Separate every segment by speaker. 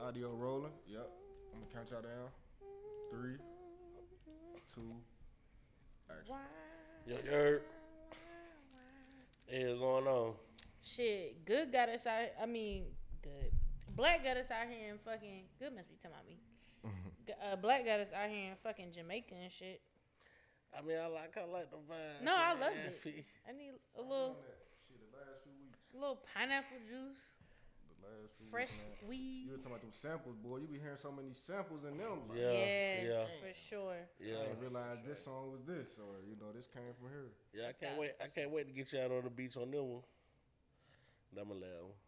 Speaker 1: Audio rolling. Yep. I'm gonna count y'all down. Three, two, action.
Speaker 2: Yo, yo. Hey, what's going on?
Speaker 3: Shit, good got us out. I mean, good. Black got us out here in fucking. Good must be talking about me.
Speaker 1: Mm-hmm.
Speaker 3: G- Uh, black got us out here in fucking Jamaica and shit.
Speaker 2: I mean, I like, I like the vibe.
Speaker 3: No, I
Speaker 2: man.
Speaker 3: loved it. I need a little,
Speaker 1: Shit, the last few weeks.
Speaker 3: little pineapple juice,
Speaker 1: The last few
Speaker 3: fresh
Speaker 1: weeks. man.
Speaker 3: squeeze.
Speaker 1: You were talking about them samples, boy. You be hearing so many samples in them. Like,
Speaker 2: Yeah,
Speaker 3: yes,
Speaker 2: yeah.
Speaker 3: for sure.
Speaker 1: I
Speaker 2: Yeah,
Speaker 1: didn't realize this song was this, or you know, this came from here.
Speaker 2: yeah. I can't wait. I can't wait to get you out on the beach on that one. That my loud one.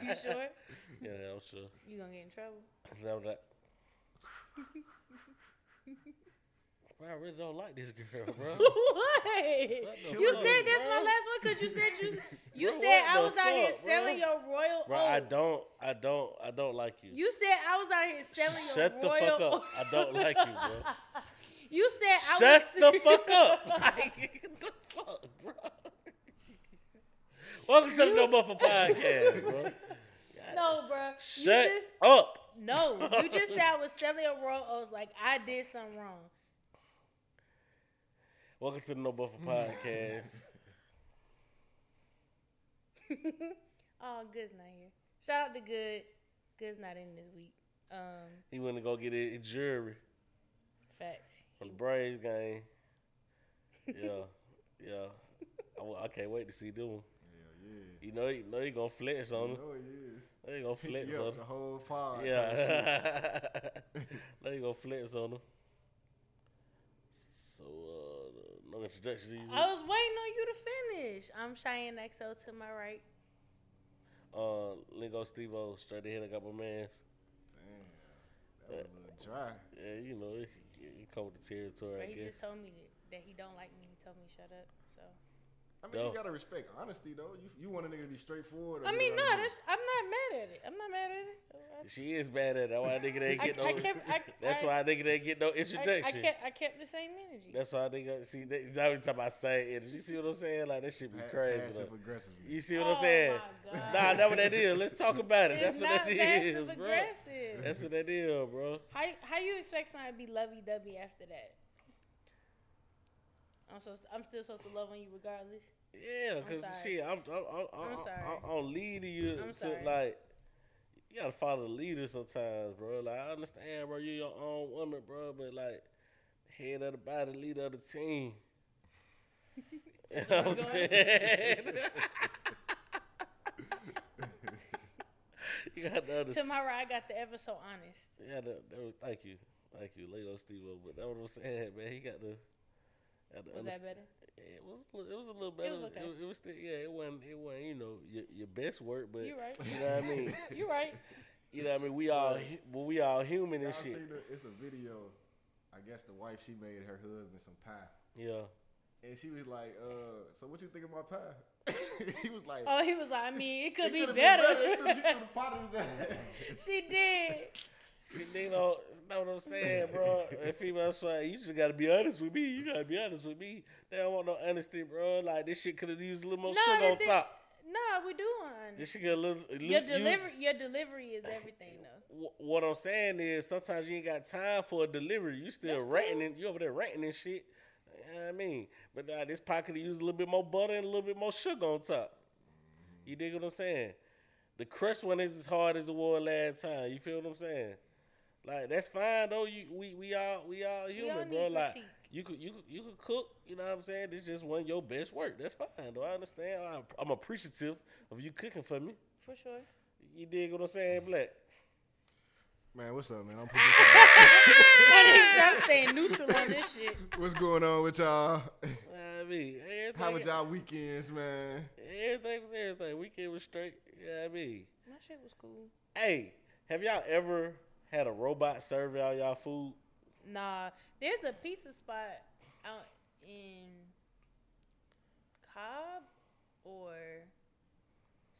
Speaker 3: You sure?
Speaker 2: Yeah, I'm sure.
Speaker 3: You gonna get in trouble?
Speaker 2: That was that. Bro, I really don't like this girl, bro.
Speaker 3: what?
Speaker 2: the
Speaker 3: You
Speaker 2: fuck,
Speaker 3: said that's
Speaker 2: bro?
Speaker 3: my last one because you said you you
Speaker 2: Bro,
Speaker 3: said
Speaker 2: what
Speaker 3: I
Speaker 2: the
Speaker 3: was out here
Speaker 2: fuck, bro?
Speaker 3: selling your royal.
Speaker 2: bro, I
Speaker 3: oats.
Speaker 2: don't, I don't, I don't like you.
Speaker 3: You said I was out here selling your
Speaker 2: Shut the
Speaker 3: royal.
Speaker 2: fuck up.
Speaker 3: oats.
Speaker 2: I don't like you, bro.
Speaker 3: You said I
Speaker 2: Shut
Speaker 3: was
Speaker 2: the fuck up. Like, the fuck, bro. Welcome to the No Buffer Podcast, bro.
Speaker 3: No, bro.
Speaker 2: Shut
Speaker 3: you just,
Speaker 2: up.
Speaker 3: no, you just said I was selling your royal oats like I did something wrong.
Speaker 2: Welcome to the No Buffer Podcast.
Speaker 3: oh, Good's not here. Shout out to Good. Good's not in this week. Um,
Speaker 2: He went to go get a, a jury
Speaker 3: facts.
Speaker 2: from the Braves game. Yeah, yeah. I, wa- I can't wait to see them.
Speaker 1: Hell yeah.
Speaker 2: You know, you know, you gonna flex
Speaker 1: You
Speaker 2: on him.
Speaker 1: know it is.
Speaker 2: They gonna
Speaker 1: Pick
Speaker 2: flex
Speaker 1: you
Speaker 2: on
Speaker 1: up
Speaker 2: him.
Speaker 1: the whole pod. type shit.
Speaker 2: Yeah. they gonna flex on him. So, uh, no introductions. these
Speaker 3: I was waiting on you to finish. I'm Cheyenne XO to my right. Oh.
Speaker 2: Uh, Lingo Stevo, straight ahead. I got my man's.
Speaker 1: Damn. That was a little dry.
Speaker 2: Yeah, you know, it, it come with the territory,
Speaker 3: But
Speaker 2: I
Speaker 3: he
Speaker 2: guess.
Speaker 3: just told me that he don't like me. He told me shut up. So
Speaker 1: I mean,
Speaker 2: Dope.
Speaker 1: you gotta respect honesty though. You you want a nigga to be straightforward. or
Speaker 3: I
Speaker 1: get
Speaker 3: mean,
Speaker 1: it
Speaker 3: no,
Speaker 1: out of
Speaker 3: that's, I'm not mad at it. I'm not mad at it. I-
Speaker 2: She is bad at that. Why a nigga they ain't
Speaker 3: I,
Speaker 2: get no.
Speaker 3: I kept. I,
Speaker 2: that's
Speaker 3: I,
Speaker 2: why a nigga they ain't get no
Speaker 3: I,
Speaker 2: introduction.
Speaker 3: I kept. I kept the same energy.
Speaker 2: That's why they got see that I was talking about same energy. You see what I'm saying? Like that shit be
Speaker 1: you. Pa-
Speaker 2: crazy.
Speaker 1: Passive
Speaker 2: though.
Speaker 1: aggressiveness.
Speaker 2: You see what I'm
Speaker 3: Oh, my
Speaker 2: saying?
Speaker 3: God.
Speaker 2: Nah, that's what that is. Let's talk about it.
Speaker 3: It's
Speaker 2: that's what
Speaker 3: not
Speaker 2: that
Speaker 3: passive
Speaker 2: is, bro.
Speaker 3: aggressive.
Speaker 2: That's what that is, bro.
Speaker 3: How how you expect somebody to be lovey dovey after that? I'm so I'm still supposed to love on you regardless.
Speaker 2: Yeah,
Speaker 3: I'm
Speaker 2: cause
Speaker 3: sorry.
Speaker 2: shit, I'm I'm I'm I'm,
Speaker 3: I'm sorry.
Speaker 2: I'm, I'm leading you
Speaker 3: I'm
Speaker 2: to
Speaker 3: sorry.
Speaker 2: like. You gotta follow the leader sometimes, bro. Like I understand, bro. You your own woman, bro. But like, head of the body, leader of the team. you know what I'm
Speaker 3: Going.
Speaker 2: saying? you gotta understand.
Speaker 3: To my right, I got the ever so honest.
Speaker 2: Yeah, that, that was, thank you, thank you, Lego Steve. But that what I'm saying, man. He got the. Got the
Speaker 3: Was that better?
Speaker 2: It was. a little- It was a little better. It was,
Speaker 3: okay.
Speaker 2: it, was still. Yeah, it wasn't. It wasn't. You know, your, your best work, but
Speaker 3: You right.
Speaker 2: you know what I mean.
Speaker 3: You're right.
Speaker 2: You know what I mean. We all. hu- Well, we all human
Speaker 1: Y'all
Speaker 2: and
Speaker 1: seen
Speaker 2: shit.
Speaker 1: the, it's a video. I guess the wife she made her husband some pie,
Speaker 2: Yeah.
Speaker 1: and she was like, "Uh, so what you think of my pie?" he was like,
Speaker 3: Oh, he was like, I mean, it could be
Speaker 1: coulda been
Speaker 3: better.
Speaker 1: He threw- She threw the pot in his ass.
Speaker 3: she did.
Speaker 2: See, you know, know what I'm saying, bro. If female swag, you just gotta be honest with me. You gotta be honest with me. They don't want no honesty, bro. Like this shit could have used a little more
Speaker 3: No,
Speaker 2: sugar
Speaker 3: the
Speaker 2: on
Speaker 3: thing-
Speaker 2: top.
Speaker 3: Nah, we do on.
Speaker 2: This shit got a little.
Speaker 3: Your
Speaker 2: a little- used-
Speaker 3: delivery, your delivery is everything though.
Speaker 2: Wh- what I'm saying is sometimes you ain't got time for a delivery. You still
Speaker 3: That's
Speaker 2: ranting
Speaker 3: cool.
Speaker 2: and you over there ranting and shit. You know what I mean, but uh, this pocket could use a little bit more butter and a little bit more sugar on top. You dig what I'm saying? The crust one is as hard as it was last time. You feel what I'm saying? Like that's fine though. You we we all we all human,
Speaker 3: need
Speaker 2: bro. Like
Speaker 3: critique.
Speaker 2: you could you could you could cook. You know what I'm saying? This just one of your best work. That's fine though. I understand. I'm, I'm appreciative of you cooking for me.
Speaker 3: For sure.
Speaker 2: You dig what I'm saying, Black?
Speaker 1: Man, what's up, man? I'm producer.
Speaker 3: I'm staying neutral on this shit.
Speaker 1: what's going on with y'all?
Speaker 2: I mean, everything,
Speaker 1: How was y'all weekends, man?
Speaker 2: everything was everything. Weekend was straight. Yeah, I mean,
Speaker 3: My shit was cool.
Speaker 2: hey, have y'all ever had a robot serve all y'all food?
Speaker 3: Nah, there's a pizza spot out in Cobb or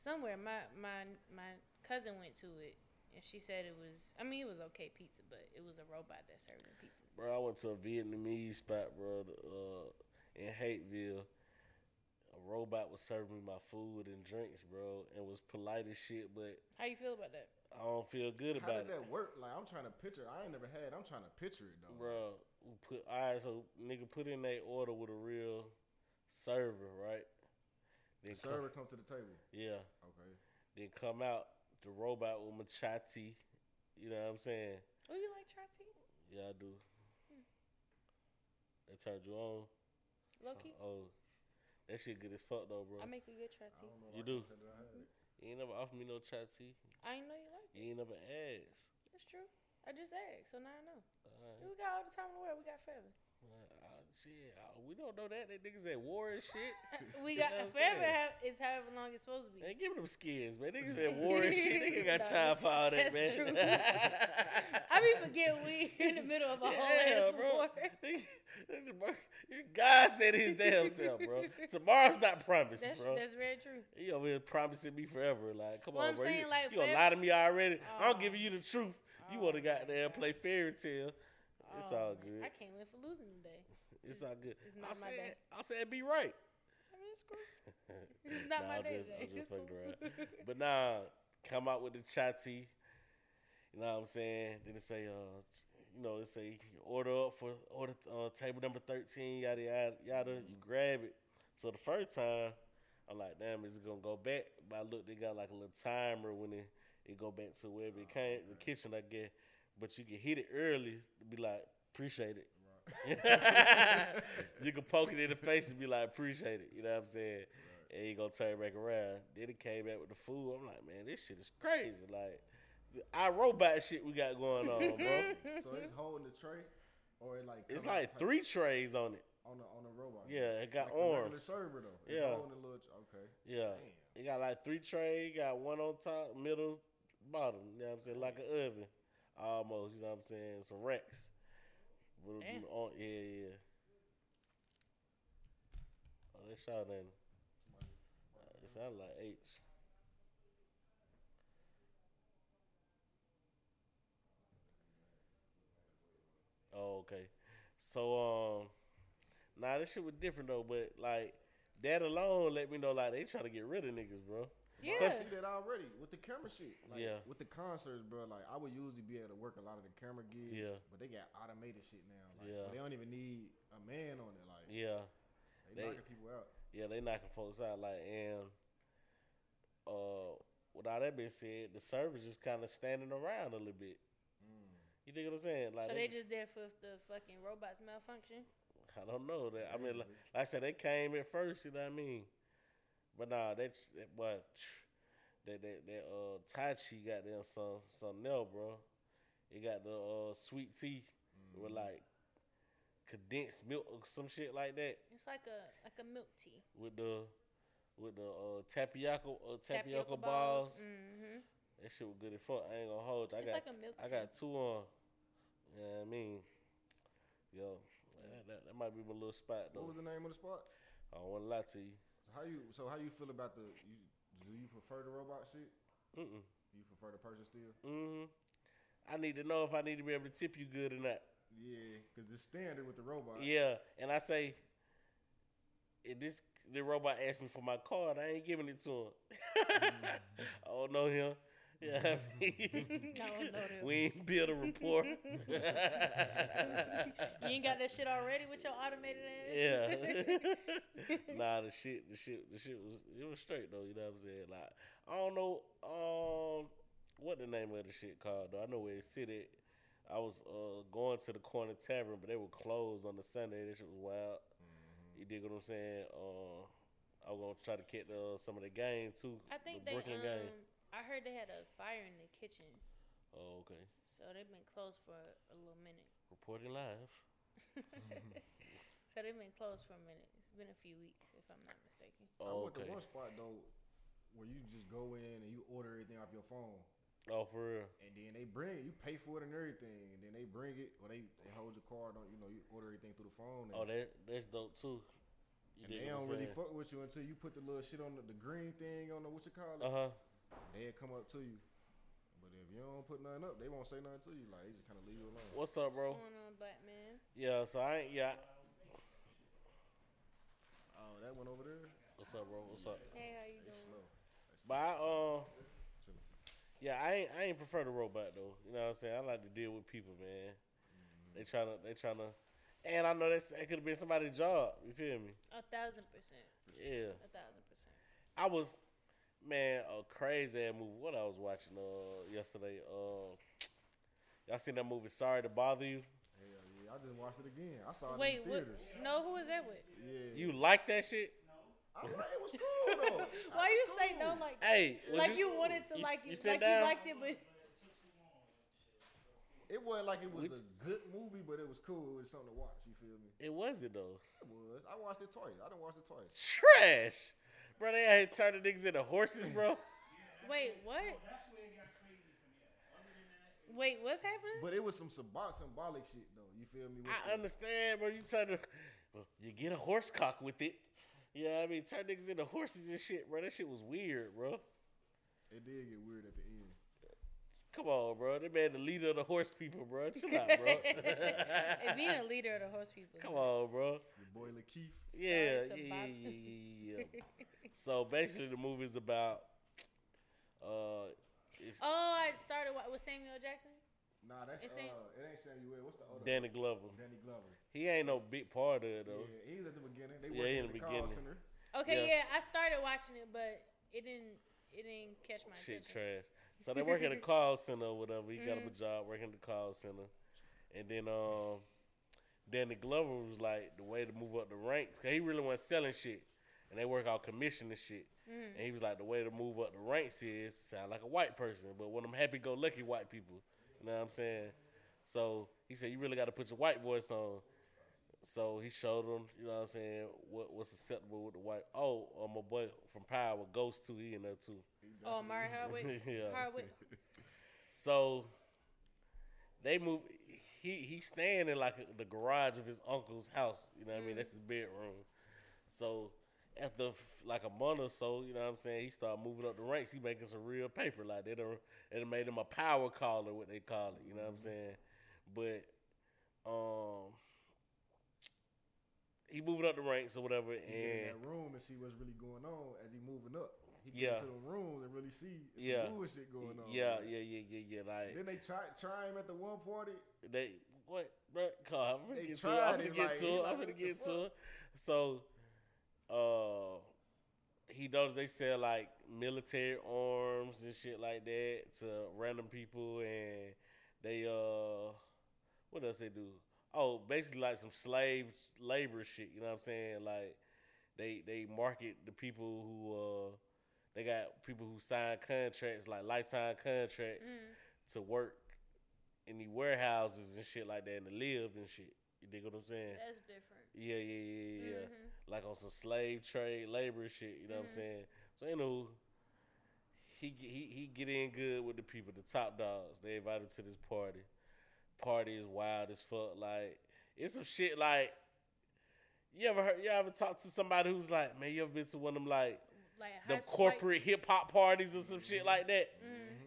Speaker 3: somewhere. My my my cousin went to it, and she said it was. I mean, it was okay pizza, but it was a robot that served the pizza.
Speaker 2: Bro, I went to a Vietnamese spot, bro, uh, in Hateville. a robot was serving me my food and drinks, bro, and was polite as shit, but
Speaker 3: How you feel about that?
Speaker 2: I don't feel good
Speaker 1: How
Speaker 2: about
Speaker 1: did
Speaker 2: it,
Speaker 1: that work? Like I'm trying to picture. I ain't never had. I'm trying to picture it though.
Speaker 2: bro. Put all right, so nigga put in their order with a real server, right? Then
Speaker 1: The
Speaker 2: come-
Speaker 1: server come to the table.
Speaker 2: yeah.
Speaker 1: Okay.
Speaker 2: Then come out the robot with machati. You know what I'm saying?
Speaker 3: Oh, you like chai tea?
Speaker 2: Yeah, I do. That turned you on.
Speaker 3: Low key,
Speaker 2: Oh, that shit good as fuck though, bro.
Speaker 3: I
Speaker 2: Um,
Speaker 3: make a good
Speaker 1: I
Speaker 3: chai tea.
Speaker 1: don't know
Speaker 2: You
Speaker 1: why
Speaker 2: do.
Speaker 1: I said that I had it.
Speaker 2: you ain't never offered me no chai tea.
Speaker 3: I ain't know you like.
Speaker 2: You ain't never asked.
Speaker 3: That's true. I just asked, so now I know.
Speaker 2: Alright,
Speaker 3: We got all the time in the world. We got family.
Speaker 2: alright, ah, shit, ah, we don't know that. They niggas at war and shit.
Speaker 3: we
Speaker 2: You
Speaker 3: got
Speaker 2: know what I'm
Speaker 3: forever.
Speaker 2: saying?
Speaker 3: Have, is however long it's supposed to be.
Speaker 2: They giving them skins, man. Niggas at war and shit. They ain't got time for all
Speaker 3: That's
Speaker 2: that, man.
Speaker 3: true. I be forgetting we in the middle of a whole ass war.
Speaker 2: bro. God said his damn self, bro. Tomorrow's not promised,
Speaker 3: That's
Speaker 2: bro.
Speaker 3: that's very true.
Speaker 2: He over here promising me forever. Like, come
Speaker 3: Well, I'm
Speaker 2: on, bro. you
Speaker 3: saying, like,
Speaker 2: you gonna
Speaker 3: fair-
Speaker 2: lie to me already.
Speaker 3: Oh.
Speaker 2: I'm giving you the truth. You want to
Speaker 3: Oh,
Speaker 2: goddamn
Speaker 3: God.
Speaker 2: play fairy tale. It's
Speaker 3: Oh,
Speaker 2: all
Speaker 3: man.
Speaker 2: good.
Speaker 3: I can't win for losing today.
Speaker 2: It's all good.
Speaker 3: it's
Speaker 2: I
Speaker 3: not my
Speaker 2: said,
Speaker 3: day.
Speaker 2: I said, be right.
Speaker 3: I mean, it's cool. It's not
Speaker 2: Nah,
Speaker 3: my
Speaker 2: I'm
Speaker 3: day,
Speaker 2: just- I'm
Speaker 3: Jay.
Speaker 2: just
Speaker 3: It's
Speaker 2: fucking
Speaker 3: cool.
Speaker 2: around. But nah, come out with the chatty. You know what I'm saying? Then they say, uh, you know, they say you order up for order uh, table number thirteen, yada yada yada. You grab it. So the first time, I'm like, damn, is it gonna go back? But I look, they got like a little timer when it, it go back to wherever it came, the kitchen, I guess. But you can hit it early, to be like, appreciate it. you can poke it in the face and be like, appreciate it. You know what I'm saying? And you gonna turn back around. Then it came back with the food. I'm like, man, this shit is crazy. Like, the robot shit we got going on, Oh, bro.
Speaker 1: So it's holding the tray, or it like
Speaker 2: it's
Speaker 1: come out
Speaker 2: like
Speaker 1: the-
Speaker 2: three trays on it.
Speaker 1: on the on the robot.
Speaker 2: Yeah, it got
Speaker 1: like the regular
Speaker 2: arms.
Speaker 1: server though. It's
Speaker 2: Yeah.
Speaker 1: holding the little. Okay.
Speaker 2: Yeah, it got like three trays. You got one on top, middle, bottom. You know what I'm saying? Like an oven, almost. You know what I'm saying? Some racks. With
Speaker 3: Damn.
Speaker 2: on, yeah, yeah. Oh, they shot in. It sounded like H. Oh, okay. So, um, nah, this shit was different though, but like that alone let me know like they trying to get rid of niggas, bro.
Speaker 1: I
Speaker 3: Yeah.
Speaker 1: see that already with the camera shit. Like,
Speaker 2: Yeah.
Speaker 1: With the concerts, bro. Like I would usually be able to work a lot of the camera gigs.
Speaker 2: Yeah.
Speaker 1: But they got automated shit now. Like,
Speaker 2: Yeah.
Speaker 1: They don't even need a man on it. Like
Speaker 2: Yeah,
Speaker 1: they,
Speaker 2: they-
Speaker 1: knocking people out.
Speaker 2: yeah, they knocking folks out like and uh, with all that being said, the service is kind of standing around a little bit.
Speaker 1: Mm.
Speaker 2: You dig what I'm saying? Like
Speaker 3: So they just there for if the fucking robots malfunction.
Speaker 2: I don't know that. I mean, like,
Speaker 1: Maybe.
Speaker 2: like I said, they came at first. You know what I mean? But nah, that's that boy. That that that uh, Tai Chi got them some something else, bro. It got the uh, sweet tea
Speaker 1: Mm.
Speaker 2: with
Speaker 1: Mm-hmm.
Speaker 2: like condensed milk or some shit like that
Speaker 3: It's like a like a milk tea.
Speaker 2: with the with the uh, tapioca uh, tapioca, balls.
Speaker 3: Mm-hmm.
Speaker 2: That shit was good as fuck. I ain't gonna hold you. I
Speaker 3: It's
Speaker 2: got
Speaker 3: like a milk
Speaker 2: I got two on. You know what I mean? Yo, that, that, that might be my little spot though.
Speaker 1: What was the name of the spot?
Speaker 2: I don't want to lie to you.
Speaker 1: So how you so how you feel about the you, do you prefer the robot shit?
Speaker 2: Mm-mm.
Speaker 1: You prefer the person still?
Speaker 2: Mm-hmm. I need to know if I need to be able to tip you good or not.
Speaker 1: Yeah, because the standard with the robot.
Speaker 2: Yeah, and I say, if this the robot asked me for my card, I ain't giving it to him.
Speaker 1: Mm.
Speaker 2: I don't know him. Yeah, I mean,
Speaker 3: I don't know them.
Speaker 2: we ain't build a rapport.
Speaker 3: You ain't got that shit already with your automated ass.
Speaker 2: yeah, nah, the shit, the shit, the shit was it was straight though. You know what I'm saying? Like, I don't know um what the name of the shit called though. I know where it sit at. I was uh going to the corner tavern, but they were closed on the Sunday. That shit was wild.
Speaker 1: Mm-hmm.
Speaker 2: You dig what I'm saying? Uh, I was gonna try to catch uh, some of the game too.
Speaker 3: I think
Speaker 2: the
Speaker 3: they. Um,
Speaker 2: Brooklyn game.
Speaker 3: I heard they had a fire in the kitchen,
Speaker 2: Oh, okay.
Speaker 3: so they've been closed for a little minute.
Speaker 2: Reporting live.
Speaker 3: so they've been closed for a minute. It's been a few weeks, if I'm not mistaken.
Speaker 1: I
Speaker 2: Oh,
Speaker 1: went
Speaker 2: okay.
Speaker 1: to one spot though where you just go in and you order everything off your phone.
Speaker 2: Oh, for real.
Speaker 1: And then they bring you pay for it and everything, and then they bring it or they, they hold your card on you know you order everything through the phone. And,
Speaker 2: Oh, that that's dope too. You
Speaker 1: and they don't really fuck with you until you put the little shit on the, the green thing on the what you call
Speaker 2: Uh
Speaker 1: it.
Speaker 2: huh.
Speaker 1: They come up to you, but if you don't put nothing up, they won't say nothing to you. Like they just kind of leave you alone.
Speaker 2: What's up, bro?
Speaker 3: What's going on, black man?
Speaker 2: Yeah, so I ain't yeah.
Speaker 1: Oh, that one over there.
Speaker 2: What's up, bro? What's up?
Speaker 3: Hey, how you doing?
Speaker 1: Slow.
Speaker 2: But I, uh, yeah, I ain't, I ain't prefer the robot though. You know what I'm saying? I like to deal with people, man. They trying to, they trying to, and I know that's that could have been somebody's job. You feel me?
Speaker 3: A thousand percent.
Speaker 2: Yeah.
Speaker 3: A thousand percent.
Speaker 2: I was, man, a crazy ass movie. What I was watching uh yesterday. Uh, y'all seen that movie? Sorry to bother you.
Speaker 1: Hell yeah, I just watched it again. I saw it
Speaker 3: Wait,
Speaker 1: in the
Speaker 3: what?
Speaker 1: theaters.
Speaker 3: No, who is that with?
Speaker 1: Yeah.
Speaker 2: You like that shit?
Speaker 1: I was like, it was cool though.
Speaker 3: Why you
Speaker 1: It's
Speaker 3: say no
Speaker 1: cool.
Speaker 3: like
Speaker 2: Hey, would
Speaker 3: like you, wanted to
Speaker 2: you-
Speaker 3: like
Speaker 2: you
Speaker 3: it, like
Speaker 2: sit down?
Speaker 3: you liked it, but
Speaker 1: It wasn't like it was
Speaker 2: Which-
Speaker 1: a good movie, but it was cool. It was something to watch. You feel me?
Speaker 2: It wasn't though.
Speaker 1: It was. I watched it twice. I done watched it twice.
Speaker 2: Trash, bro. They had turned the niggas into horses, bro.
Speaker 3: wait, what? Wait, what's happening?
Speaker 1: But it was some symbolic, symbolic shit though. You feel me?
Speaker 2: I understand, bro. You turn the, well, you get a horse cock with it. You know what I mean? Turn niggas into horses and shit, bro. That shit was weird, bro.
Speaker 1: It did get weird at the end.
Speaker 2: Come on, bro. They man the leader of the horse people, bro. Chill out, bro.
Speaker 3: and being a leader of the horse people.
Speaker 2: Come on, bro.
Speaker 1: Your boy Lakeith.
Speaker 2: Yeah,
Speaker 3: to
Speaker 2: yeah, yeah,
Speaker 3: bother-
Speaker 2: yeah, yeah, yeah. so basically, the movie's about. Uh, it's
Speaker 3: Oh, I started wa- with Samuel Jackson.
Speaker 1: Nah, that's
Speaker 3: It's
Speaker 1: uh,
Speaker 3: ain't-
Speaker 1: it ain't Samuel. What's the other?
Speaker 2: Danny Glover.
Speaker 1: Danny Glover.
Speaker 2: He ain't no big part of it, though.
Speaker 1: Yeah, he was at the beginning. They
Speaker 2: Yeah,
Speaker 1: working in
Speaker 2: he in
Speaker 1: the
Speaker 2: the
Speaker 1: call
Speaker 2: beginning.
Speaker 1: center.
Speaker 3: Okay,
Speaker 2: Yeah.
Speaker 3: yeah. I started watching it, but it didn't it didn't catch my
Speaker 2: Shit
Speaker 3: attention. Mm-hmm.
Speaker 2: trash. So they work at a call center or whatever. He got him a job working at the call center. And then um Danny Glover was like the way to move up the ranks. 'Cause he really wasn't selling shit. And they work out commission and shit.
Speaker 3: Mm-hmm.
Speaker 2: And he was like, the way to move up the ranks is sound like a white person, but one of them happy go lucky white people. You know what I'm saying? So he said, you really got to put your white voice on. So he showed him, you know what I'm saying, what, what's acceptable with the white. Oh, uh, my boy from Power, Ghost too, he in there too.
Speaker 3: Oh, Mari Hardwick.
Speaker 2: Yeah.
Speaker 3: Hardwick.
Speaker 2: So they move. He he's staying in like the garage of his uncle's house. You know what I mean?
Speaker 1: Mm.
Speaker 2: That's his bedroom. So after f- like a month or so, you know what I'm saying, he started moving up the ranks. He making some real paper. Like they done, they done made him a power caller, what they call it. You know what
Speaker 1: Mm-hmm.
Speaker 2: I'm saying? But um, he moving up the ranks or whatever,
Speaker 1: He get in
Speaker 2: and
Speaker 1: that room and see what's really going on as he moving up. He get
Speaker 2: Yeah.
Speaker 1: into the rooms and really see some
Speaker 2: Yeah.
Speaker 1: bullshit going on.
Speaker 2: yeah, yeah, yeah, yeah, yeah. Like
Speaker 1: Then they try try him at the one party.
Speaker 2: they what bro God, I'm
Speaker 1: They
Speaker 2: gonna get to it.
Speaker 1: tried
Speaker 2: I'm gonna
Speaker 1: it,
Speaker 2: get
Speaker 1: like,
Speaker 2: to
Speaker 1: he
Speaker 2: it.
Speaker 1: like,
Speaker 2: I'm
Speaker 1: what
Speaker 2: gonna
Speaker 1: the
Speaker 2: get to
Speaker 1: fuck?
Speaker 2: it. So uh he knows they sell like military arms and shit like that to random people and they uh what else they do? Oh, basically like some slave labor shit, you know what I'm saying? Like they they market the people who uh they got people who sign contracts like lifetime contracts
Speaker 3: Mm.
Speaker 2: to work in the warehouses and shit like that and to live and shit. You dig what I'm saying?
Speaker 3: That's different.
Speaker 2: Yeah, yeah, yeah, yeah, yeah.
Speaker 3: Mm-hmm.
Speaker 2: Like on some slave trade labor shit. You know what I'm saying? So you know, he get- he he get in good with the people, the top dogs. They invited to this party. Party is wild as fuck. Like it's some shit. Like you ever heard? You ever talked to somebody who's like, man, you ever been to one of them like
Speaker 3: Like mm,
Speaker 2: the
Speaker 3: high school- like-
Speaker 2: corporate hip hop parties or some shit like that?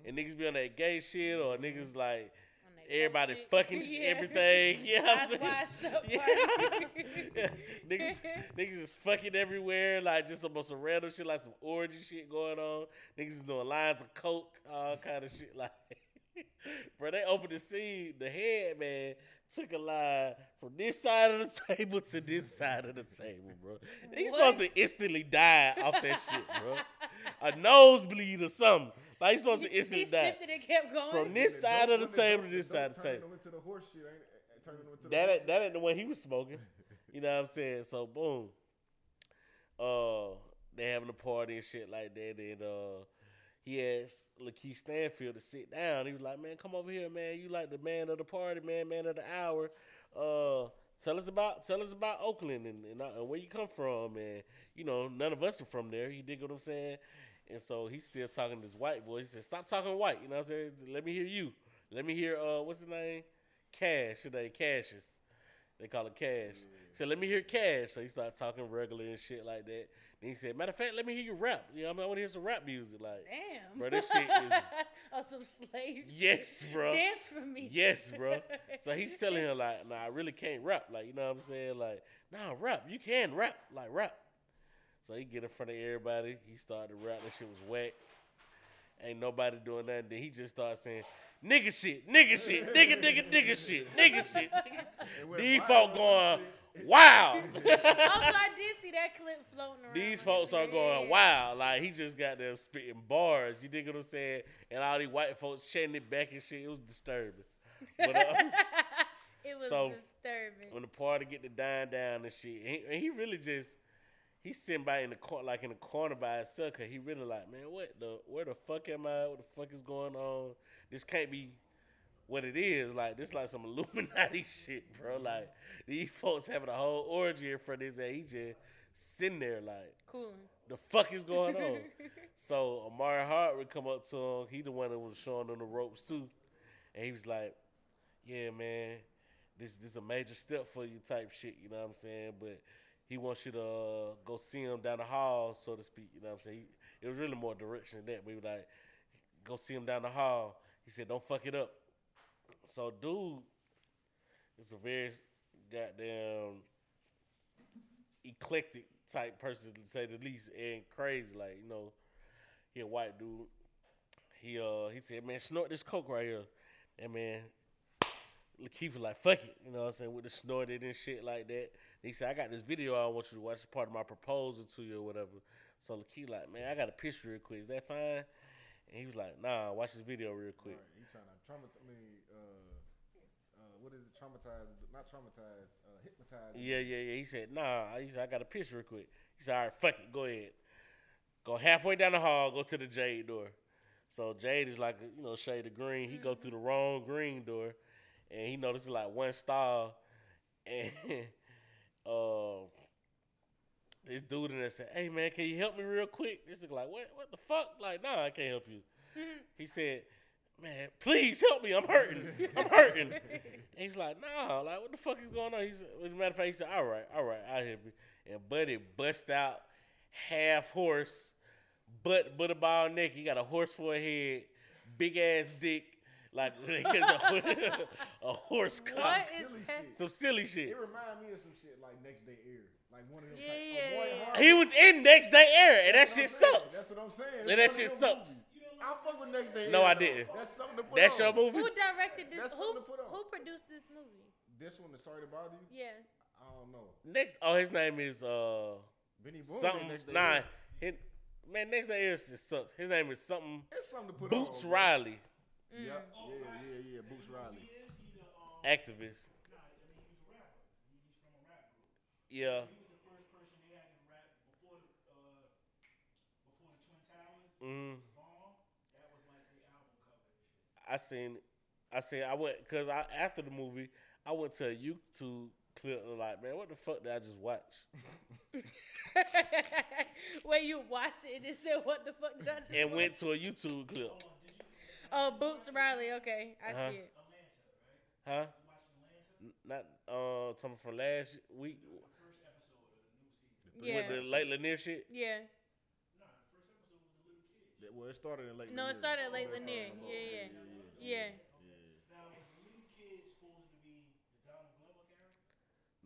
Speaker 2: And niggas be on that gay shit or niggas like.
Speaker 3: when they fuck
Speaker 2: Everybody
Speaker 3: oh, shit.
Speaker 2: fucking
Speaker 3: Yeah.
Speaker 2: everything. Yeah,
Speaker 3: Eyes
Speaker 2: I'm
Speaker 3: wide
Speaker 2: saying.
Speaker 3: shut
Speaker 2: Yeah.
Speaker 3: party.
Speaker 2: yeah. Niggas, niggas is fucking everywhere. Like just some some random shit, like some orgy shit going on. Niggas is doing lines of coke, all kind of shit. Like, bro, they opened the scene. The head man took a line from this side of the table to this side of the table, bro. He's
Speaker 3: What?
Speaker 2: supposed to instantly die off that shit, bro. A nosebleed or something. Like he's supposed to
Speaker 3: He
Speaker 2: instantly
Speaker 3: sniffed
Speaker 2: die.
Speaker 3: it and kept going.
Speaker 2: From
Speaker 1: And
Speaker 2: this side
Speaker 1: dope-
Speaker 2: of the
Speaker 1: when
Speaker 2: table
Speaker 1: dope-
Speaker 2: to this
Speaker 1: dope
Speaker 2: side of the
Speaker 1: turned
Speaker 2: table.
Speaker 1: him into the horse shit. Ain't it? It turned him into the
Speaker 2: That
Speaker 1: horse
Speaker 2: ain't, that ain't the one he was smoking. You know what I'm saying? So boom. Uh they having a party and shit like that. And uh he asked Lakeith Stanfield to sit down. He was like, Man, come over here, man. You like the man of the party, man, man of the hour. Uh tell us about tell us about Oakland and, and, uh, and where you come from and you know, none of us are from there. You dig what I'm saying? And so he's still talking to this white boy. He said, Stop talking white, you know what I'm saying? Let me hear you. Let me hear uh what's his name? Cash today, Cassius. They call it cash. He said, let me hear cash. So he started talking regular and shit like that. Then he said, matter of fact, let me hear you rap. You know what I mean? I want to hear some rap music. Like,
Speaker 3: Damn.
Speaker 2: Bro, this shit is-
Speaker 3: on some slave
Speaker 2: yes,
Speaker 3: shit.
Speaker 2: bro.
Speaker 3: Dance for me.
Speaker 2: Yes, bro. So he telling him, like, nah, I really can't rap. Like, you know what I'm saying? Like, nah, rap. You can rap. Like, rap. So he get in front of everybody. He started to rap. That shit was whack. Ain't nobody doing nothing. Then he just started saying, nigga shit, nigga shit, nigga, nigga, nigga shit, nigga shit. These folks going, wow.
Speaker 3: also, I did see that clip floating around.
Speaker 2: These folks are going wild. Like he just got there spitting bars. You dig what I'm saying? And all these white folks chanting it back and shit. It was disturbing. But uh,
Speaker 3: it was
Speaker 2: so-
Speaker 3: disturbing.
Speaker 2: when the party get to dying down and shit, and, and he really just he sitting by in the corner, like in the corner by himself. Cause he really like, man, what the where the fuck am I? What the fuck is going on? This can't be what it is. Like this, like some Illuminati shit, bro. Like these folks having a whole orgy in front of his ass. He just sitting there like
Speaker 3: Cooling.
Speaker 2: the fuck is going on? so Amari Hart would come up to him. He the one that was showing him the ropes too, and he was like, "Yeah, man, this this a major step for you, type shit. You know what I'm saying? But he wants you to uh, go see him down the hall, so to speak. You know what I'm saying? He, it was really more direction than that. We were like, go see him down the hall. He said, "Don't fuck it up." So, dude, it's a very goddamn eclectic type person to say the least, and crazy. Like you know, he a white dude. He uh he said, man, snort this coke right here, and man, Lakeith was like, fuck it, you know what I'm saying, with the snorted and shit like that. And he said, I got this video I want you to watch. It's part of my proposal to you or whatever. So Lakeith like, man, I got a picture real quick. Is that fine? And he was like, nah, watch this video real quick.
Speaker 1: Right, you trying to traumatize? I mean, uh, uh, what is it? Traumatize? Not traumatize. Uh, hypnotize.
Speaker 2: Yeah, yeah, yeah. He said, nah. He said, I got a piss real quick. He said, all right, fuck it, go ahead. Go halfway down the hall, go to the Jade door. So Jade is like, you know, shade of green. He go through the wrong green door, and he notices like one star, and uh, this dude in there said, hey man, can you help me real quick? This nigga like, what, what the fuck? Like, nah, I can't help you. He said, man, please help me. I'm hurting. I'm hurting. And he's like, nah, like what the fuck is going on? He's as a matter of fact, he said, all right, all right, I help you. And Buddy bust out half horse, butt butterball neck. He got a horse for a head, big ass dick, like he has a, a horse
Speaker 3: What
Speaker 2: cock.
Speaker 1: Silly
Speaker 3: is that?
Speaker 1: shit.
Speaker 2: Some silly shit.
Speaker 1: It reminded me of some shit like next day air, like one of them.
Speaker 3: Yeah,
Speaker 1: type,
Speaker 3: yeah,
Speaker 1: Amari
Speaker 3: yeah.
Speaker 1: Hart-
Speaker 2: He was in next day air, and that
Speaker 1: That's what I'm
Speaker 2: shit
Speaker 1: saying.
Speaker 2: sucks.
Speaker 1: That's what I'm saying.
Speaker 2: Man,
Speaker 1: It's one
Speaker 2: that
Speaker 1: of
Speaker 2: shit
Speaker 1: them
Speaker 2: sucks.
Speaker 1: movies. I fuck with next day.
Speaker 2: No,
Speaker 1: Air,
Speaker 2: I
Speaker 1: though.
Speaker 2: didn't.
Speaker 1: That's something to put on.
Speaker 2: That's your movie.
Speaker 3: Who directed this?
Speaker 1: That's
Speaker 3: Who,
Speaker 1: something to put on.
Speaker 3: who produced this movie?
Speaker 1: This one is sorry to bother you.
Speaker 3: Yeah.
Speaker 1: I don't know.
Speaker 2: Next, oh, his name is uh
Speaker 1: Benny Boone.
Speaker 2: something.
Speaker 1: Next day
Speaker 2: Nah,
Speaker 1: Air.
Speaker 2: his, man, next day air just sucks. His name is something.
Speaker 1: It's something to put on.
Speaker 2: Boots
Speaker 1: bro.
Speaker 2: Riley,
Speaker 1: Yep. Yeah, yeah, yeah. Boots Riley.
Speaker 2: activist. Yeah. Mm. I seen, I seen, I went because I after the movie, I went to a YouTube clip and like, man, what the fuck did I just watch?
Speaker 3: Where you watched it and it said, "What the fuck did I just?"
Speaker 2: And
Speaker 3: watch?"
Speaker 2: went to a YouTube clip,
Speaker 3: Oh, Boots Riley. Okay, I
Speaker 2: Uh-huh.
Speaker 3: see it.
Speaker 2: huh? N- Not uh, something from last week
Speaker 3: Yeah,
Speaker 2: with the late Lanier shit.
Speaker 3: yeah.
Speaker 1: That- Well, it started in late.
Speaker 3: No, it
Speaker 1: Lanier.
Speaker 3: started in
Speaker 1: Yeah,
Speaker 3: late
Speaker 1: it started
Speaker 3: Lanier.
Speaker 1: in
Speaker 3: Yeah,
Speaker 1: late
Speaker 3: yeah.
Speaker 1: Lanier.
Speaker 3: Yeah.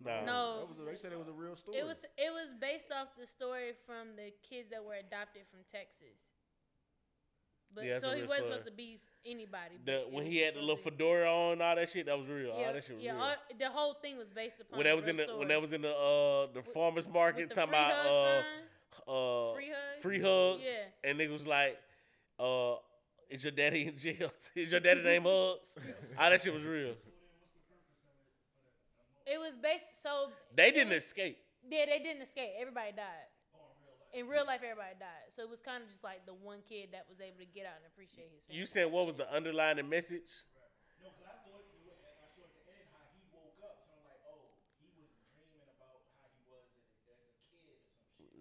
Speaker 2: Nah.
Speaker 3: No.
Speaker 1: That was a, they said it was a real story.
Speaker 3: It was it was based off the story from the kids that were adopted from Texas. But
Speaker 2: Yeah, that's
Speaker 3: so
Speaker 2: a
Speaker 3: he
Speaker 2: real
Speaker 3: wasn't
Speaker 2: story.
Speaker 3: supposed to be s- anybody. but
Speaker 2: The,
Speaker 3: it
Speaker 2: when
Speaker 3: was
Speaker 2: he had the little
Speaker 3: supposed to-
Speaker 2: fedora on, all that shit, that was real.
Speaker 3: yeah,
Speaker 2: all that shit was
Speaker 3: yeah,
Speaker 2: real.
Speaker 3: all- the whole thing was based upon
Speaker 2: when
Speaker 3: a
Speaker 2: that was
Speaker 3: real
Speaker 2: in the
Speaker 3: story.
Speaker 2: when that was in the uh the farmers market
Speaker 3: With the
Speaker 2: talking
Speaker 3: free
Speaker 2: about
Speaker 3: hug
Speaker 2: uh
Speaker 3: sign.
Speaker 2: uh
Speaker 3: Free hugs?
Speaker 2: free hugs
Speaker 3: Yeah.
Speaker 2: and niggas was like uh is your daddy in jail is your daddy name hugs all that shit was real
Speaker 3: It was based so
Speaker 2: they
Speaker 3: it
Speaker 2: didn't
Speaker 3: was-
Speaker 2: escape
Speaker 3: Yeah, they didn't escape. Everybody died. In real life, everybody died. So it was kind of just like the one kid that was able to get out and appreciate his. Family.
Speaker 2: you said what was the underlying message
Speaker 4: oh,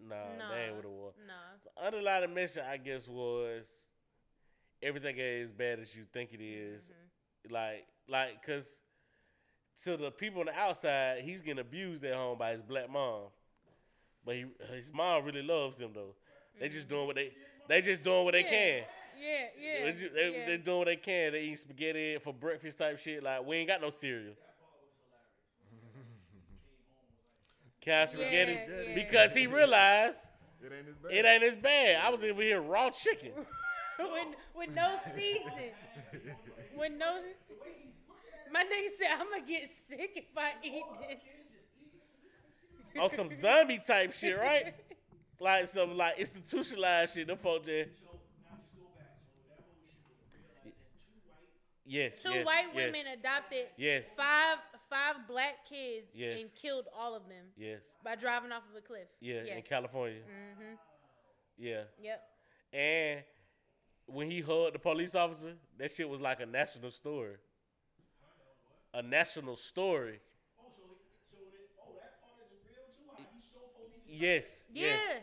Speaker 2: Nah,
Speaker 3: Nah.
Speaker 2: they ain't what it was.
Speaker 3: Nah.
Speaker 2: The underlying message, I guess, was everything ain't as bad as you think it is.
Speaker 3: Mm-hmm.
Speaker 2: Like, like, cause to the people on the outside, he's getting abused at home by his black mom, but he, his mom really loves him though. They just doing what they, they just doing what they
Speaker 3: Mm-hmm. Yeah.
Speaker 2: can.
Speaker 3: Yeah, yeah.
Speaker 2: They, ju- they,
Speaker 3: yeah.
Speaker 2: they doing what they can. They eat spaghetti for breakfast type shit. Like we ain't got no cereal. Can I have spaghetti?
Speaker 3: Yeah, yeah.
Speaker 2: Because he realized
Speaker 1: It ain't as bad.
Speaker 2: It ain't as bad. I was even here raw chicken.
Speaker 3: with, with no seasoning. with no. My nigga said, I'm gonna get sick if I eat this.
Speaker 2: on some zombie type shit, right? Like some like institutionalized shit. Them folks just. Yes.
Speaker 3: Two
Speaker 2: yes,
Speaker 3: white
Speaker 2: yes,
Speaker 3: women adopted
Speaker 2: Yes.
Speaker 3: five five black kids
Speaker 2: Yes.
Speaker 3: and killed all of them
Speaker 2: Yes.
Speaker 3: by driving off of a cliff.
Speaker 2: Yeah. In
Speaker 3: Yes.
Speaker 2: California.
Speaker 3: Mhm.
Speaker 2: Yeah.
Speaker 3: Yep.
Speaker 2: And when he hugged the police officer, that shit was like a national story. A national story. Yes.
Speaker 3: Yeah.
Speaker 2: Yes.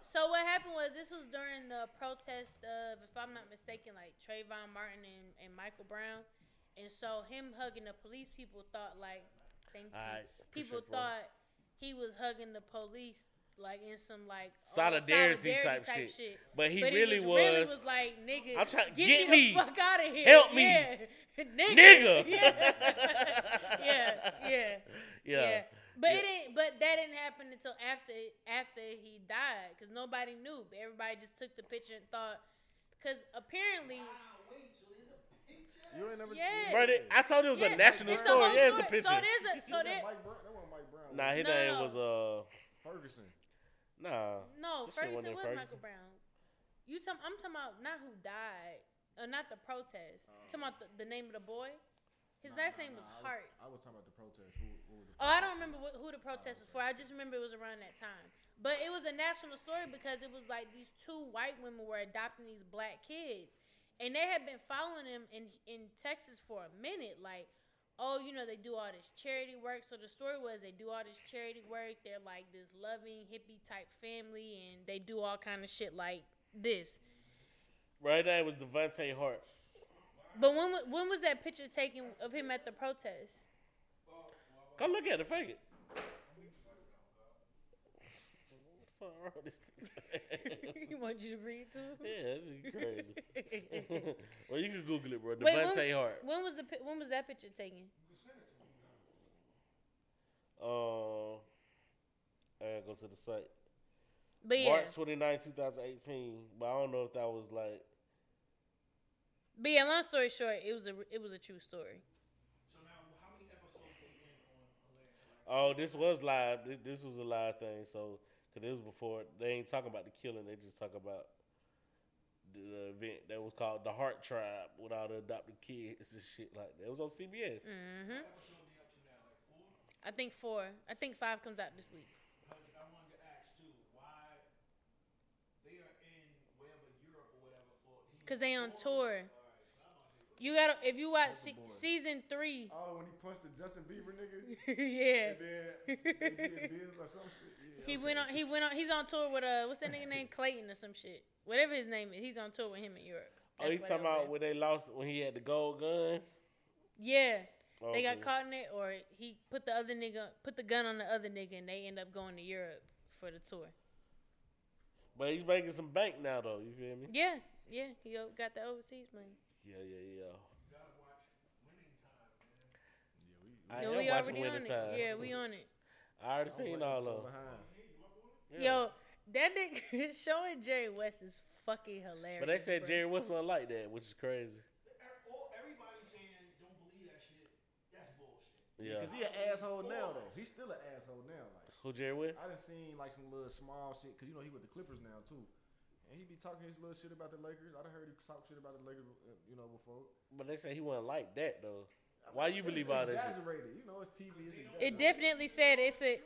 Speaker 3: So what happened was this was during the protest of, if I'm not mistaken, like Trayvon Martin and, and Michael Brown, and so him hugging the police people thought like, thank you.
Speaker 2: Alright, appreciate
Speaker 3: people
Speaker 2: it, bro.
Speaker 3: thought he was hugging the police like in some like almost
Speaker 2: Solidarity
Speaker 3: solidarity
Speaker 2: type shit. But he
Speaker 3: But
Speaker 2: really
Speaker 3: it was, really
Speaker 2: was.
Speaker 3: was like, nigga,
Speaker 2: I'm tryna-
Speaker 3: get,
Speaker 2: get
Speaker 3: me the
Speaker 2: me.
Speaker 3: fuck out of here,
Speaker 2: Help me.
Speaker 3: yeah. nigga,
Speaker 2: Nigga.
Speaker 3: yeah, yeah, yeah.
Speaker 2: Yeah.
Speaker 3: But it
Speaker 2: Yeah.
Speaker 3: didn't. But that didn't happen until after after he died, because nobody knew. Everybody just took the picture and thought, because apparently,
Speaker 1: You ain't never
Speaker 3: Yeah.
Speaker 2: Bro, they- I told you it was
Speaker 3: Yeah,
Speaker 2: a national
Speaker 3: it's the
Speaker 2: story.
Speaker 3: whole
Speaker 2: Yeah, it's a
Speaker 3: story.
Speaker 2: picture.
Speaker 3: So there's a so
Speaker 1: That
Speaker 3: there.
Speaker 1: Mike Brown, that one Mike Brown.
Speaker 2: nah, his
Speaker 3: No,
Speaker 2: name
Speaker 3: no.
Speaker 2: was
Speaker 1: Ferguson.
Speaker 2: uh nah.
Speaker 3: No,
Speaker 2: This shit
Speaker 3: Ferguson
Speaker 2: wasn't
Speaker 3: was
Speaker 2: Ferguson.
Speaker 3: Michael Brown. You tell, I'm talking about not who died, or not the protest.
Speaker 1: Uh.
Speaker 3: talking about the, the name of the boy. His last name was Hart.
Speaker 1: I was talking about the protest. Who, who was the
Speaker 3: Oh, I don't remember what, who the protest was for. I just remember it was around that time. But it was a national story because it was like these two white women were adopting these black kids, and they had been following them in in Texas for a minute. Like, oh, you know, they do all this charity work. So the story was they do all this charity work. They're like this loving hippie type family, and they do all kind of shit like this.
Speaker 2: Bro, his name was Devontae Hart.
Speaker 3: But when wa- when was that picture taken of him at the protest?
Speaker 2: Go look at it, fake it. What the fuck wrong with this thing?
Speaker 3: you want you to read to him?
Speaker 2: yeah, this is crazy. well, you can Google it, bro.
Speaker 3: Wait,
Speaker 2: Devontae Hart.
Speaker 3: When was the pi- when was that picture taken?
Speaker 2: Um, I gotta go to the site.
Speaker 3: But yeah,
Speaker 2: March 29, 2018. But I don't know if that was like.
Speaker 3: but yeah. Long story short, it was a it was a true story.
Speaker 2: Oh, this was live. Th- This was a live thing. So, because it was before. They ain't talking about the killing. They just talk about the, the event that was called the Heart Tribe with all the adopted kids and shit like that. It was on CBS.
Speaker 3: Mm-hmm. I think four. I think five comes out this week.
Speaker 4: I wanted to ask too, why they are in wherever Europe or whatever for he
Speaker 3: Cause they on tour. You gotta if you watch se- season three.
Speaker 1: Oh, when he punched the Justin Bieber nigga.
Speaker 3: yeah.
Speaker 1: And then they did biz or some shit. Yeah,
Speaker 3: He
Speaker 1: okay.
Speaker 3: went on. He went on. He's on tour with uh, what's that nigga name? Clayton or some shit. Whatever his name is, he's on tour with him in Europe.
Speaker 2: Oh,
Speaker 3: That's
Speaker 2: you
Speaker 3: why
Speaker 2: talking
Speaker 3: they over
Speaker 2: about
Speaker 3: there.
Speaker 2: when they lost when he had the gold gun?
Speaker 3: Yeah, they
Speaker 2: Okay.
Speaker 3: got caught in it, or he put the other nigga put the gun on the other nigga, and they end up going to Europe for the tour.
Speaker 2: But he's making some bank now, though. You feel me?
Speaker 3: Yeah, yeah, he o- got the overseas money.
Speaker 2: Yeah, yeah, yeah.
Speaker 3: no,
Speaker 2: I
Speaker 3: we
Speaker 2: am watching
Speaker 3: already on
Speaker 2: Winter
Speaker 3: it.
Speaker 2: Time.
Speaker 3: Yeah, we on it.
Speaker 2: I already
Speaker 1: I'm
Speaker 2: seen
Speaker 1: waiting
Speaker 2: all
Speaker 1: so
Speaker 2: of them.
Speaker 1: behind.
Speaker 3: Yo,
Speaker 2: Yeah.
Speaker 3: that nigga showing Jerry West is fucking hilarious.
Speaker 2: But they
Speaker 3: bro.
Speaker 2: said Jerry West wasn't like that, which is crazy.
Speaker 4: all everybody's saying don't believe that shit. That's bullshit.
Speaker 2: Yeah.
Speaker 1: Cause he an asshole now though. He's still an asshole now. Like
Speaker 2: Who Jerry West?
Speaker 1: I done seen like some little small shit. Cause you know he with the Clippers now too. And he be talking his little shit about the Lakers. I done heard him talk shit about the Lakers, uh, you know, before.
Speaker 2: But they said he wasn't like that though. Why you believe all
Speaker 1: It's
Speaker 2: that shit?
Speaker 1: Exaggerated, you know, it's TV. It's exaggerated.
Speaker 3: It definitely said it's a.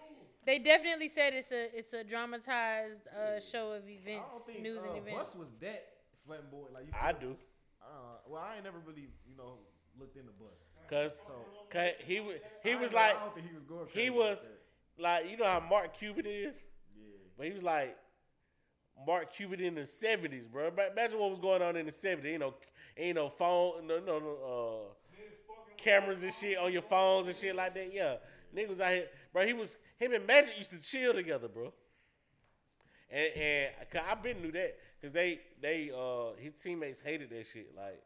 Speaker 3: They definitely said it's a it's a dramatized uh, show of
Speaker 1: I don't
Speaker 3: events,
Speaker 1: think
Speaker 3: news
Speaker 1: uh,
Speaker 3: and events.
Speaker 1: Bus was that flamboyant. Like you
Speaker 2: I
Speaker 1: feel-
Speaker 2: do,
Speaker 1: Uh, well, I ain't never really, you know, looked into Bus.
Speaker 2: cause,
Speaker 1: So
Speaker 2: 'cause he was he
Speaker 1: I
Speaker 2: was
Speaker 1: ain't-
Speaker 2: like
Speaker 1: I don't think he was going.
Speaker 2: he
Speaker 1: crazy like
Speaker 2: was
Speaker 1: that.
Speaker 2: like you know how Mark Cuban is,
Speaker 1: Yeah.
Speaker 2: but he was like Mark Cuban in the seventies, bro. Ma- Imagine what was going on in the seventies. Ain't no ain't no phone, no no, no uh, cameras and shit on your phones and shit like that. Yeah, niggas out here, bro. He was him and Magic used to chill together, bro. And and cause I been knew that because they they uh his teammates hated that shit. Like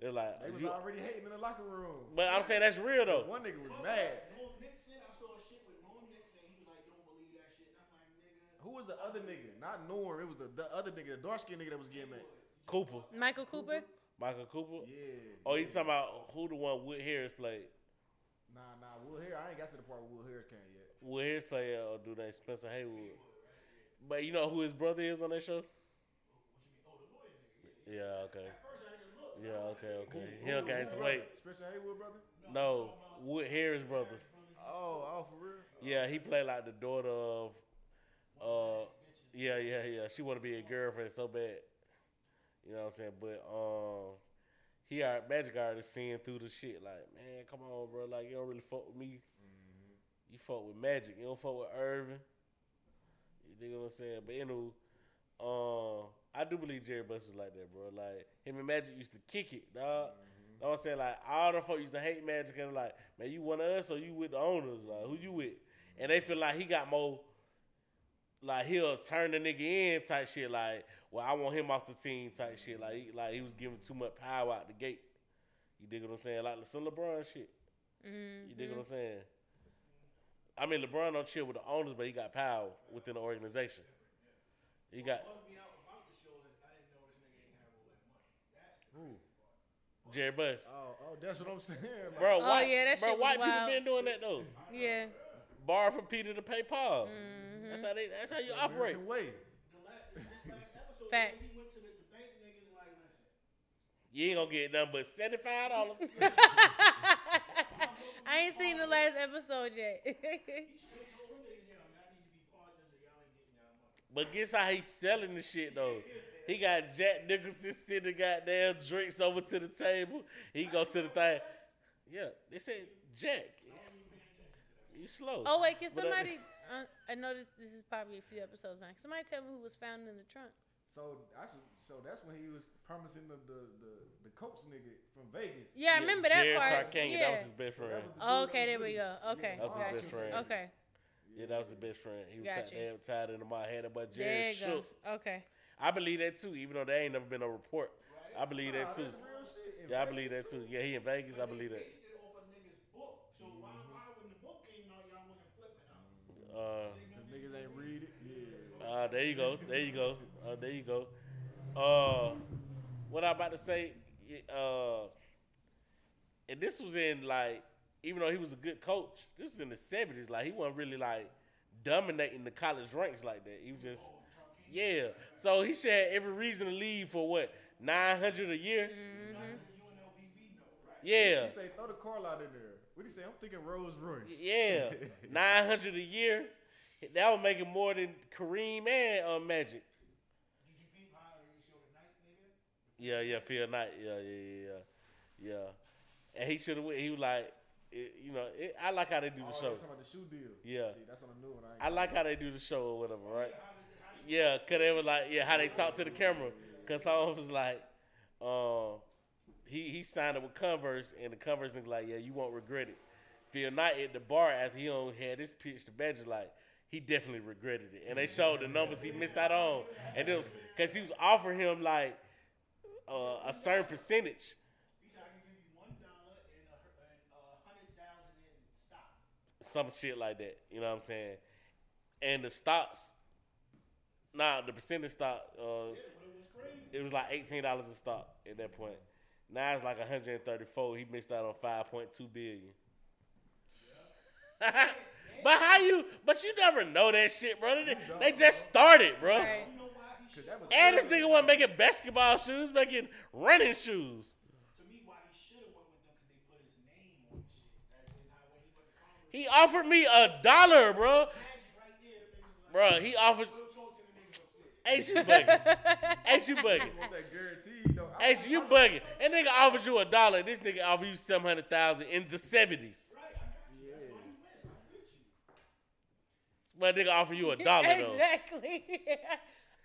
Speaker 2: they're like,
Speaker 1: They was
Speaker 2: you-
Speaker 1: already hating in the locker room.
Speaker 2: but I'm saying that's real though.
Speaker 1: One nigga was mad.
Speaker 4: Norm Nixon, I saw a shit with Norm Nixon. He was like, don't believe that shit. And I'm like, nigga.
Speaker 1: Who Who was the other nigga? Not Norm. It was the, the other nigga, the dark skinned nigga that was getting mad.
Speaker 2: Cooper,
Speaker 3: Michael Cooper.
Speaker 2: Michael Cooper.
Speaker 1: Yeah.
Speaker 2: Oh, you
Speaker 1: yeah.
Speaker 2: talking about who the one Wood Harris played?
Speaker 1: Nah, nah. Will Harris. I ain't got to the part where Will Harris came yet.
Speaker 2: Wood Harris played uh, or do that Spencer Haywood? But you know who his brother is on that show?
Speaker 1: oh,
Speaker 2: Yeah. Okay. Yeah. Okay. Okay. He
Speaker 1: Who-
Speaker 2: don't gain
Speaker 1: who
Speaker 2: some
Speaker 1: brother?
Speaker 2: weight.
Speaker 1: Spencer Haywood, brother.
Speaker 2: No, Wood Harris brother.
Speaker 1: Oh, oh, for real.
Speaker 2: Yeah, he played like the daughter of. Uh, yeah, yeah, yeah. She want to be a girlfriend so bad. You know what I'm saying? But um, he our magic artist seeing through the shit. Like, man, come on, bro. Like, you don't really fuck with me. You fuck with magic. You don't fuck with Irvin. You dig what I'm saying? But anywho, um, I do believe Jerry Buss was like that, bro. Like him and Magic used to kick it, dog. Know what I'm saying? Like all the folks used to hate Magic and like, man, you one of us or you with the owners? Like who you with? And they feel like he got more like he'll turn the nigga in type shit, like, well, I want him off the team type shit. Like he, like he was giving too much power out the gate. You dig what I'm saying? Like some LeBron shit.
Speaker 3: Mm-hmm.
Speaker 2: You dig what I'm saying? I mean, LeBron don't chill with the owners, but he got power within the organization. He got
Speaker 4: Bugged me out about the show is I didn't know this nigga ain't had all that money.
Speaker 1: Who?
Speaker 4: That's the
Speaker 2: Jerry Buss.
Speaker 1: Oh, oh, that's what I'm saying. Like,
Speaker 2: Bro,
Speaker 3: Oh,
Speaker 2: why,
Speaker 3: yeah, that
Speaker 2: bro,
Speaker 3: shit was
Speaker 2: white people
Speaker 3: wild.
Speaker 2: been doing that though.
Speaker 3: Yeah. Mm-hmm.
Speaker 2: Borrow from Peter to pay Paul. That's how they. That's how you
Speaker 1: Mm-hmm.
Speaker 2: operate.
Speaker 1: American way.
Speaker 4: the last, this last episode
Speaker 3: Facts.
Speaker 4: he went to the, the bank niggas like listen.
Speaker 2: You ain't gonna get nothing but seventy five dollars.
Speaker 3: I ain't seen the last episode yet.
Speaker 4: He straight told them niggas, yeah, y'all need to be partners or y'all ain't getting y'all money.
Speaker 2: but guess how he's selling the shit though. He got Jack Nicholson sitting goddamn drinks over to the table. He go to the thing. Yeah, they said Jack. You slow.
Speaker 3: oh wait, can
Speaker 2: But, uh,
Speaker 3: somebody? Uh, I noticed this is probably a few episodes back. Somebody tell me who was found in the trunk.
Speaker 1: So I should, so that's when he was promising the the the, the coach nigga from Vegas.
Speaker 3: Yeah, I remember that
Speaker 2: Jared
Speaker 3: part.
Speaker 2: Sarkany,
Speaker 3: yeah.
Speaker 2: that was his best
Speaker 1: So that was
Speaker 2: friend.
Speaker 1: the dude
Speaker 3: Oh,
Speaker 1: that
Speaker 3: okay,
Speaker 1: was
Speaker 3: there we
Speaker 1: really-
Speaker 3: go.
Speaker 1: yeah,
Speaker 3: Okay,
Speaker 1: the
Speaker 2: That was his
Speaker 1: boxing
Speaker 2: best friend.
Speaker 3: okay,
Speaker 2: Yeah, that was his best friend. He was
Speaker 3: Gotcha.
Speaker 2: tied, damn tied into my head about
Speaker 3: there
Speaker 2: Jerry
Speaker 3: you go.
Speaker 2: Shook.
Speaker 3: Okay,
Speaker 2: I believe that too, even though there ain't never been no report. I believe
Speaker 1: Nah,
Speaker 2: that too.
Speaker 1: that's real shit. In
Speaker 2: Yeah,
Speaker 1: Vegas,
Speaker 2: I believe that too. Yeah, he in Vegas. I believe that. Mm-hmm.
Speaker 4: Based it off a nigga's book. So why why when the book came out y'all wasn't flipping
Speaker 2: Uh,
Speaker 4: out?
Speaker 1: The niggas ain't read it. Yeah.
Speaker 2: uh, there you go. There you go. Uh, there you go. Uh, what I about to say? Uh, and this was in like, even though he was a good coach, this was in the seventies. Like he wasn't really like dominating the college ranks like that. He was just, yeah. So he should have every reason to leave for what nine hundred a year. Yeah.
Speaker 1: He say throw the car out in there. What do you say? I'm thinking Rolls Royce.
Speaker 2: Yeah, nine hundred a year. That would make it more than Kareem and uh, Magic.
Speaker 4: Did you beat how you show tonight, nigga?
Speaker 2: Yeah, yeah, Phil Knight. Yeah, yeah, yeah, yeah. yeah. And he should have. He was like, it, you know, it, I like how they do
Speaker 1: Oh,
Speaker 2: the
Speaker 1: you
Speaker 2: show.
Speaker 1: talking about the shoe deal.
Speaker 2: Yeah.
Speaker 1: See, that's on the new one. I,
Speaker 2: I
Speaker 1: ain't
Speaker 2: like how they do the show or whatever, right? Yeah, cause they were like, yeah, how they talk to the camera. Cause someone was like, uh, he he signed up with Converse, and the Converse nigga like, yeah, you won't regret it. Phil Knight at the bar after he don't had his pitch to badge like. He definitely regretted it, and they showed the numbers he missed out on, and it was because he was offering him like uh, a certain percentage.
Speaker 4: He said I can give you one dollar and a hu- and a hundred thousand in stock.
Speaker 2: some shit like that. You know what I'm saying? And the stocks, nah, the percentage stock, uh, it was like eighteen dollars a stock at that point. Now it's like 134. He missed out on 5.2 billion. but how you? But you never know that shit, bro. They, they just started, bro.
Speaker 3: right.
Speaker 1: Cause that was
Speaker 2: And this
Speaker 1: early.
Speaker 2: nigga wasn't making basketball shoes, making running shoes.
Speaker 4: To me, why he should have went with them because they put his name on the shit. As in how when he went to Congress,
Speaker 2: He offered me a dollar, bro.
Speaker 4: magic right there. The niggas was
Speaker 2: Bro,
Speaker 4: like,
Speaker 2: he offered.
Speaker 4: we'll talk to the niggas upstairs.
Speaker 2: Ain't you bugging? Ain't you bugging?
Speaker 1: Want that guarantee though. I
Speaker 2: Hey,
Speaker 1: was
Speaker 2: you
Speaker 1: talking-
Speaker 2: bugging. That nigga offered you a dollar. This nigga offered you 700000 in the 70s.
Speaker 1: Yeah.
Speaker 2: But nigga offered you a dollar, though.
Speaker 3: exactly.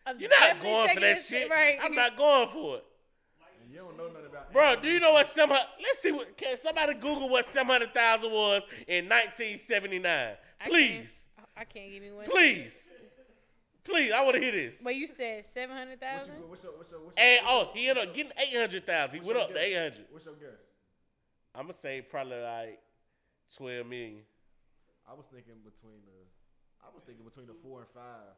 Speaker 3: I'm
Speaker 2: You're not
Speaker 3: definitely
Speaker 2: going for
Speaker 3: taking
Speaker 2: that
Speaker 3: this-
Speaker 2: shit.
Speaker 3: Right.
Speaker 2: I'm not going for it.
Speaker 1: And you don't know nothing about.
Speaker 2: Bro, do you know what some... Let's see what... Can somebody Google what 700000 was in 1979?
Speaker 3: I
Speaker 2: Please.
Speaker 3: can't- I can't give you one.
Speaker 2: Please. Please, I want to hear this.
Speaker 3: Wait, you said seven hundred
Speaker 1: What you,
Speaker 3: thousand?
Speaker 1: go- what's your what's your what's your,
Speaker 2: And, oh, he ended up getting 800000 He
Speaker 1: what's
Speaker 2: went
Speaker 1: your
Speaker 2: up to
Speaker 1: guess?
Speaker 2: 800
Speaker 1: What's your guess?
Speaker 2: I'm going to say probably like 12 million.
Speaker 1: I was thinking between the, I was thinking between the four and five.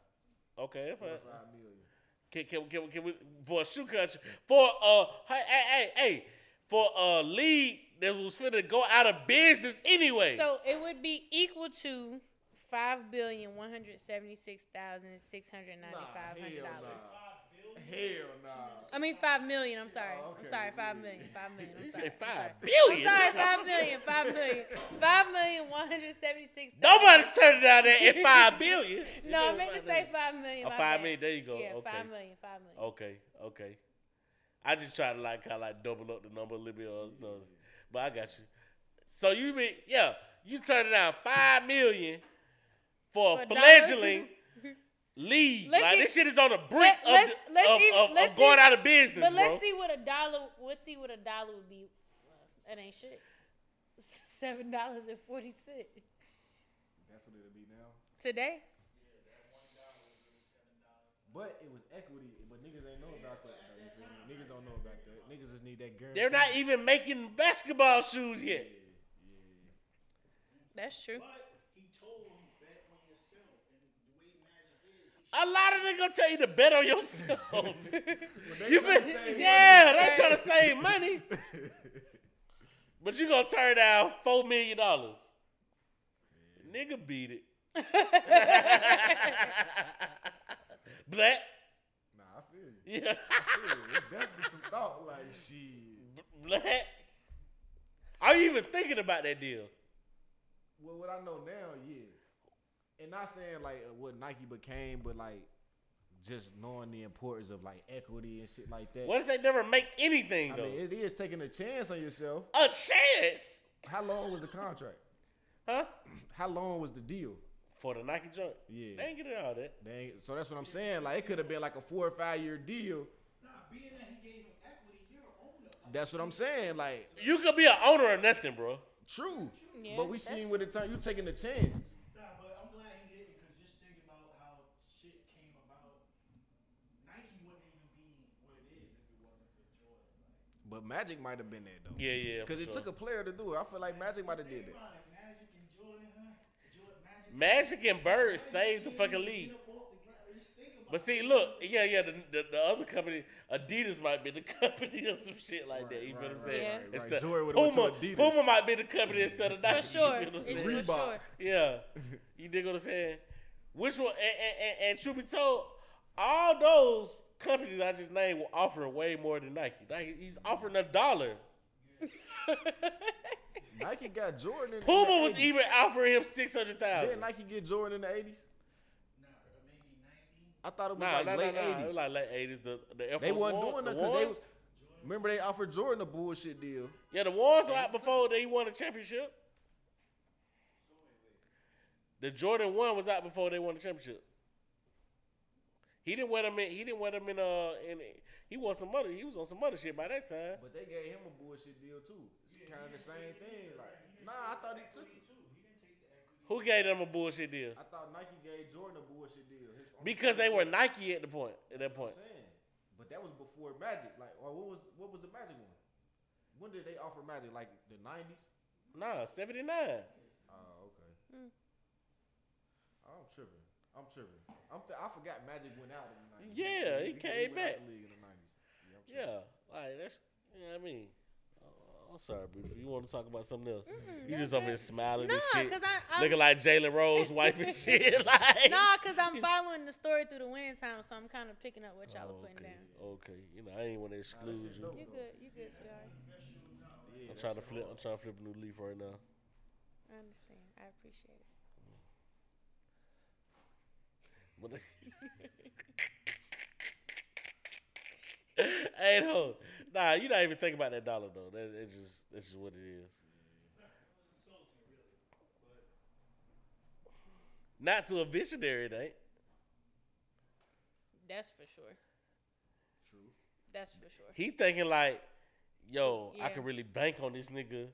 Speaker 2: Okay, if
Speaker 1: Four
Speaker 2: I,
Speaker 1: or five million.
Speaker 2: can, can, can, can we for a shoe country for uh hey hey hey, hey for a league that was finna go out of business anyway.
Speaker 3: So it would be equal to five billion one hundred seventy six thousand six hundred ninety five hundred
Speaker 1: Nah, hell
Speaker 3: dollars.
Speaker 1: nah. Hell nah.
Speaker 3: I mean five million. I'm sorry.
Speaker 1: Oh, okay.
Speaker 3: I'm sorry. Five million. Five million. I'm
Speaker 2: you
Speaker 3: sorry.
Speaker 2: said
Speaker 3: I'm sorry.
Speaker 2: five billion.
Speaker 3: I'm sorry, five million, five million, five million, one hundred seventy-six.
Speaker 2: Nobody's turning down that at five billion.
Speaker 3: No, I meant to say five million.
Speaker 2: Oh,
Speaker 3: my
Speaker 2: five
Speaker 3: bad.
Speaker 2: million. There you go.
Speaker 3: Yeah,
Speaker 2: okay. Oh,
Speaker 3: five million, five million.
Speaker 2: Okay. Okay. I just try to like kind of like double up the number a little bit, or, or- but I got you. So you mean yeah, you turning down five million for,
Speaker 3: For
Speaker 2: a
Speaker 3: a dollar?
Speaker 2: fledgling league?
Speaker 3: Let's
Speaker 2: like
Speaker 3: see-
Speaker 2: this shit is on the brink
Speaker 3: Let-
Speaker 2: of,
Speaker 3: let's-
Speaker 2: the-
Speaker 3: let's
Speaker 2: of,
Speaker 3: even-
Speaker 2: of- of
Speaker 3: let's
Speaker 2: going
Speaker 3: see-
Speaker 2: out of business,
Speaker 3: But
Speaker 2: bro.
Speaker 3: let's see what a dollar. Let's see what a dollar would be. That ain't shit. Seven dollars and forty cent
Speaker 1: That's what it'll be now.
Speaker 3: today.
Speaker 1: But it was equity, but niggas ain't know about that. Though, you feel me? Niggas don't know about that. Niggas just need that
Speaker 3: e
Speaker 1: guarantee.
Speaker 2: They're not e- even making basketball shoes yet.
Speaker 3: That's true.
Speaker 4: But he told him bet on yourself, and the way magic is, he
Speaker 2: A lot of niggas gonna tell you to bet on yourself.
Speaker 1: They
Speaker 2: you
Speaker 1: tryna
Speaker 2: been,
Speaker 1: save
Speaker 2: yeah,
Speaker 1: money.
Speaker 2: they trying to save money, but you gonna turn down four million dollars. Nigga beat it. Black.
Speaker 1: nah, I feel you.
Speaker 2: Yeah.
Speaker 1: I feel you. It's definitely some thought, like shit.
Speaker 2: Black. Are you even thinking about that deal?
Speaker 1: Well, what I know now, yeah. And not saying like uh, what Nike became, but like just knowing the importance of like equity and shit like that.
Speaker 2: What if they never make anything
Speaker 1: I
Speaker 2: though?
Speaker 1: mean, it is taking a chance on yourself.
Speaker 2: a chance.
Speaker 1: How long was the contract?
Speaker 2: Huh?
Speaker 1: How long was the deal?
Speaker 2: For the Nike joint.
Speaker 1: Yeah.
Speaker 2: They ain't getting all that.
Speaker 1: They ain't- so that's what I'm saying. Like it could have been like a four or five year deal.
Speaker 4: Nah, being that he gave him equity, you're an owner. Like,
Speaker 1: That's what I'm saying. Like
Speaker 2: You could be an owner of nothing, bro.
Speaker 1: true,
Speaker 3: Yeah,
Speaker 1: but we
Speaker 3: that's-
Speaker 1: seen with the time you taking the chance.
Speaker 4: nah, but I'm glad he didn't, because just think about how shit came about. Nike wouldn't even be what it is if it wasn't for Jordan. Like,
Speaker 1: But Magic might have been there though.
Speaker 2: Yeah, yeah. for
Speaker 1: Because it
Speaker 2: sure.
Speaker 1: took a player to do it. I feel like Magic might have did
Speaker 4: think
Speaker 1: that.
Speaker 4: about it, Magic and Jordan, huh? Jordan, Magic.
Speaker 2: Magic and Bird saved the
Speaker 4: Can't
Speaker 2: fucking
Speaker 4: even
Speaker 2: league.
Speaker 4: get up off the ground. Just think about
Speaker 2: But see,
Speaker 4: it.
Speaker 2: look, yeah, yeah, the, the, the other company, Adidas might be the company or some shit like that. You feel
Speaker 1: Right,
Speaker 2: what I'm
Speaker 1: right,
Speaker 2: saying?
Speaker 3: Yeah.
Speaker 1: right,
Speaker 2: It's
Speaker 1: right.
Speaker 2: the
Speaker 1: Jordan would've
Speaker 2: Puma,
Speaker 1: went to Adidas.
Speaker 2: Puma might be the company instead of Nike.
Speaker 3: For sure.
Speaker 2: You feel what I'm
Speaker 3: It's
Speaker 2: saying?
Speaker 3: for
Speaker 1: Reebok.
Speaker 3: sure.
Speaker 2: Yeah, you dig what I'm saying? Which one? And, and, and, and truth be told, all those companies I just named will offer way more than Nike. Nike, he's offering a dollar.
Speaker 1: Nike got Jordan. In
Speaker 2: Puma
Speaker 1: in the
Speaker 2: was
Speaker 1: 80s.
Speaker 2: even offering him six hundred
Speaker 1: Didn't
Speaker 2: thousand.
Speaker 1: Nike get Jordan in the eighties?
Speaker 4: Nah, maybe 90.
Speaker 1: I thought it was
Speaker 2: Nah,
Speaker 1: like
Speaker 2: nah, nah,
Speaker 1: late
Speaker 2: nah. It
Speaker 1: eighties.
Speaker 2: was like late eighties. The the Air
Speaker 1: they
Speaker 2: Force
Speaker 1: wasn't
Speaker 2: One-
Speaker 1: doing
Speaker 2: the
Speaker 1: that because they
Speaker 2: ones?
Speaker 1: was. Remember they offered Jordan a bullshit deal.
Speaker 2: Yeah, the Warriors were out before they won the championship. The Jordan one was out before they won the championship. He didn't wear them in. He didn't wear them in. Uh, in he was some other. He was on some other shit by that time.
Speaker 1: But they gave him a bullshit deal too. It's kind of the same thing. Like, nah, I thought he took it.
Speaker 2: Who gave them a bullshit deal?
Speaker 1: I thought Nike gave Jordan a bullshit deal. His- I'm
Speaker 2: Because they
Speaker 1: saying-
Speaker 2: were Nike at the point. At that
Speaker 1: I'm
Speaker 2: point,
Speaker 1: saying. But that was before Magic. Like, or what was what was the Magic one? When did they offer Magic? Like the nineties?
Speaker 2: nah, seventy nine.
Speaker 1: Oh, okay.
Speaker 2: Hmm.
Speaker 1: Oh, I'm tripping. I'm tripping. I'm th- I forgot Magic went out in the nineties.
Speaker 2: Yeah, he came
Speaker 1: went out
Speaker 2: back.
Speaker 1: the league in the nineties. Yeah, I'm tripping.
Speaker 2: Yeah, like that's. You know what I mean, Uh, I'm sorry, but if you want to talk about something else, you just over here smiling
Speaker 3: No,
Speaker 2: and shit,
Speaker 3: because I, I'm
Speaker 2: looking like Jalen Rose wife and shit. Like
Speaker 3: no, because I'm following the story through the winning time, so I'm kind of picking up what y'all are putting
Speaker 2: okay.
Speaker 3: down.
Speaker 2: Okay, you know I ain't want to exclude
Speaker 1: shit
Speaker 2: you.
Speaker 1: dope.
Speaker 3: You good? You good, sweetheart?
Speaker 1: Yeah,
Speaker 2: I'm
Speaker 1: that
Speaker 2: trying to
Speaker 1: shit
Speaker 2: flip. I'm
Speaker 1: hard.
Speaker 2: trying to flip a new leaf right now.
Speaker 3: I understand. I appreciate it.
Speaker 2: But hey, no, nah, you're not even thinking about that dollar though. That it's just that's just what it is. Not to a visionary, it ain't.
Speaker 3: That's for sure.
Speaker 1: True.
Speaker 3: That's for sure.
Speaker 2: He thinking like, yo, I
Speaker 3: Yeah.
Speaker 2: can really bank on this nigga,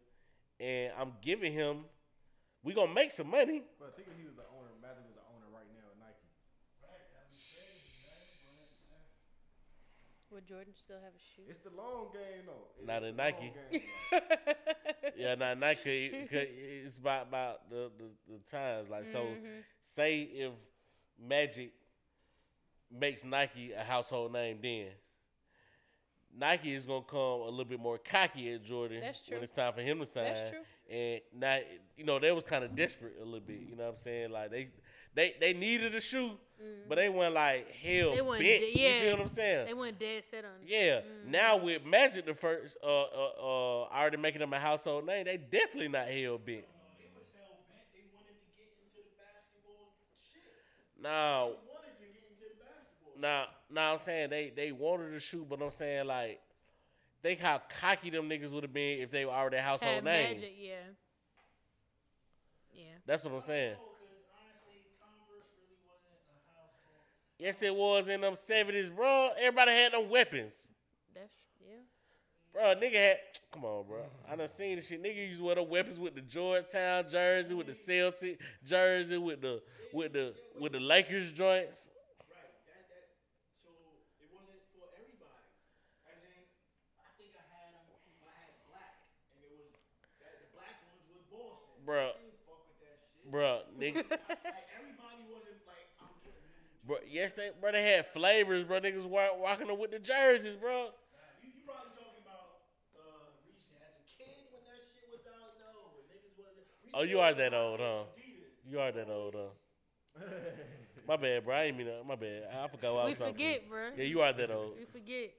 Speaker 2: and I'm giving him. We gonna make some money.
Speaker 1: But I think if he was the owner, Magic was the owner right now at Nike.
Speaker 3: Would Jordan still have a shoe?
Speaker 1: It's the long game though. It
Speaker 2: Not
Speaker 1: is
Speaker 2: at
Speaker 1: the long
Speaker 2: Nike.
Speaker 1: game, like-
Speaker 2: Yeah, nah, nah, cause, it- 'cause it's about
Speaker 3: Mm-hmm.
Speaker 2: about the, the, the times. Like so, say if Magic makes Nike a household name then. Nike is gonna come a little bit more cocky at Jordan
Speaker 3: That's true.
Speaker 2: when it's time for him to sign.
Speaker 3: That's true.
Speaker 2: And now you know they was kind of desperate a little bit. You know what I'm saying? Like they they they needed a shoe, but they weren't like hell
Speaker 3: Mm-hmm. They weren't
Speaker 2: bent.
Speaker 3: de-
Speaker 2: You
Speaker 3: yeah.
Speaker 2: feel what I'm saying?
Speaker 3: They went dead set on it.
Speaker 2: uh, Yeah. Now
Speaker 3: Mm-hmm.
Speaker 2: with Magic the first, uh, uh, uh, already making him a household name, they definitely not hell bent.
Speaker 4: They was hell bent. They wanted to get into the basketball shit.
Speaker 2: Now,
Speaker 4: They wanted to get into the basketball.
Speaker 2: now, now I'm saying they they wanted to shoot, but I'm saying like, think how cocky them niggas would have been if they were already a household
Speaker 3: Had
Speaker 2: name.
Speaker 3: Magic, yeah. Yeah.
Speaker 2: That's what I'm saying.
Speaker 4: Because honestly, Converse really wasn't a household.
Speaker 2: Yes, it was in them seventies, bro. Everybody had them weapons,
Speaker 3: That's yeah.
Speaker 2: bro. Nigga had. Come on, bro. I done seen this shit. Nigga used to wear the weapons with the Georgetown jersey, with the Celtic jersey, with the with the with the Lakers joints.
Speaker 4: Right. That that. So it wasn't for everybody. As in, I think I had um, I had black, and it was that, the black ones was Boston.
Speaker 2: Bruh.
Speaker 4: I didn't fuck with that shit.
Speaker 2: Bruh, nigga,
Speaker 4: Like everybody wasn't like I'm getting new.
Speaker 2: bro, yes, they, bro, they had flavors, bro. Niggas wa- walking them with the jerseys, bro.
Speaker 4: You, you probably talking about uh, recent. As a kid, when that shit was out, no, when niggas wasn't.
Speaker 2: Oh, you are that old, huh? You are that old, huh? My bad, bro. I ain't mean that. My bad. I forgot what I
Speaker 3: We
Speaker 2: was talking
Speaker 3: forget,
Speaker 2: to.
Speaker 3: bro.
Speaker 2: Yeah, you are that old.
Speaker 3: We forget.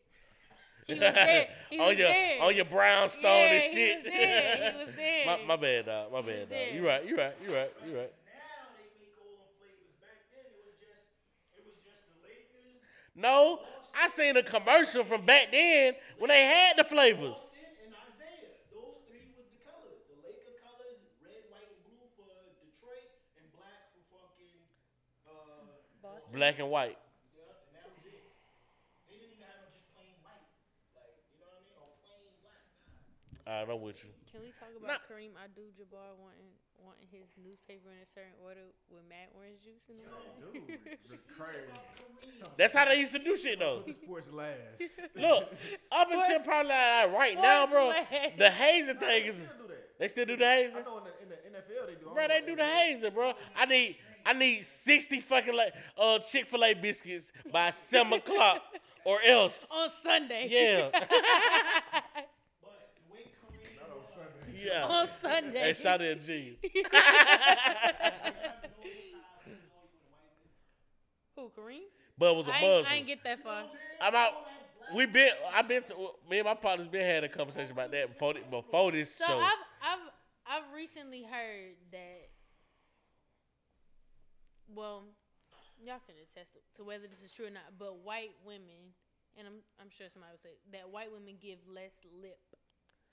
Speaker 3: He was there. He
Speaker 2: on
Speaker 3: was
Speaker 2: your
Speaker 3: there.
Speaker 2: on your brownstone
Speaker 3: yeah,
Speaker 2: and shit.
Speaker 3: He was there. He was there.
Speaker 2: my, my bad, dog. My bad, dog.
Speaker 3: there.
Speaker 2: You right. You right. You right. You right.
Speaker 4: Now they make all the flavors. Back then, it was just, it was just the Lakers.
Speaker 2: No, I seen a commercial from back then when they had the flavors.
Speaker 4: Boston and Isaiah. Those three was the colors. The Laker colors, red, white, and blue for Detroit, and black for fucking. Uh,
Speaker 3: Boston.
Speaker 2: Black and white.
Speaker 4: yeah, and that was it. They didn't even have just plain white, like you know what I mean, or plain black. Nah.
Speaker 2: All right, I'm with you.
Speaker 3: Can we talk about
Speaker 2: Nah.
Speaker 3: Kareem Abdul-Jabbar wanting wanting his newspaper in a certain order with mad orange juice in
Speaker 1: Dude,
Speaker 3: it?
Speaker 1: the crazy.
Speaker 2: That's how they used to do shit though.
Speaker 1: Put the sports last.
Speaker 2: Look, up until
Speaker 3: Sports-
Speaker 2: probably like right now, bro,
Speaker 3: sports leg.
Speaker 2: the hazing thing is
Speaker 1: They still do that.
Speaker 2: they still do the
Speaker 1: I
Speaker 2: hazing.
Speaker 1: know in the, in the NFL they do. I
Speaker 2: Bro,
Speaker 1: don't
Speaker 2: they
Speaker 1: know
Speaker 2: do
Speaker 1: if
Speaker 2: the hazing, bro. I need I need sixty fucking like uh Chick Fil A biscuits by seven o'clock or else.
Speaker 3: On Sunday.
Speaker 2: Yeah,
Speaker 4: But the way Kareem
Speaker 1: Not on Sunday.
Speaker 2: yeah.
Speaker 3: On Sunday.
Speaker 2: Hey, shout out to G's.
Speaker 3: Who Kareem?
Speaker 2: But it was a
Speaker 3: I ain't,
Speaker 2: Muslim.
Speaker 3: I ain't get that far.
Speaker 2: I'm out. We been. I've been. To, me and my partner's been had a conversation about that before thi- before this
Speaker 3: So
Speaker 2: show.
Speaker 3: I've I've I've recently heard that. Well, y'all can attest to whether this is true or not, but white women, and I'm I'm sure somebody would say that white women give less lip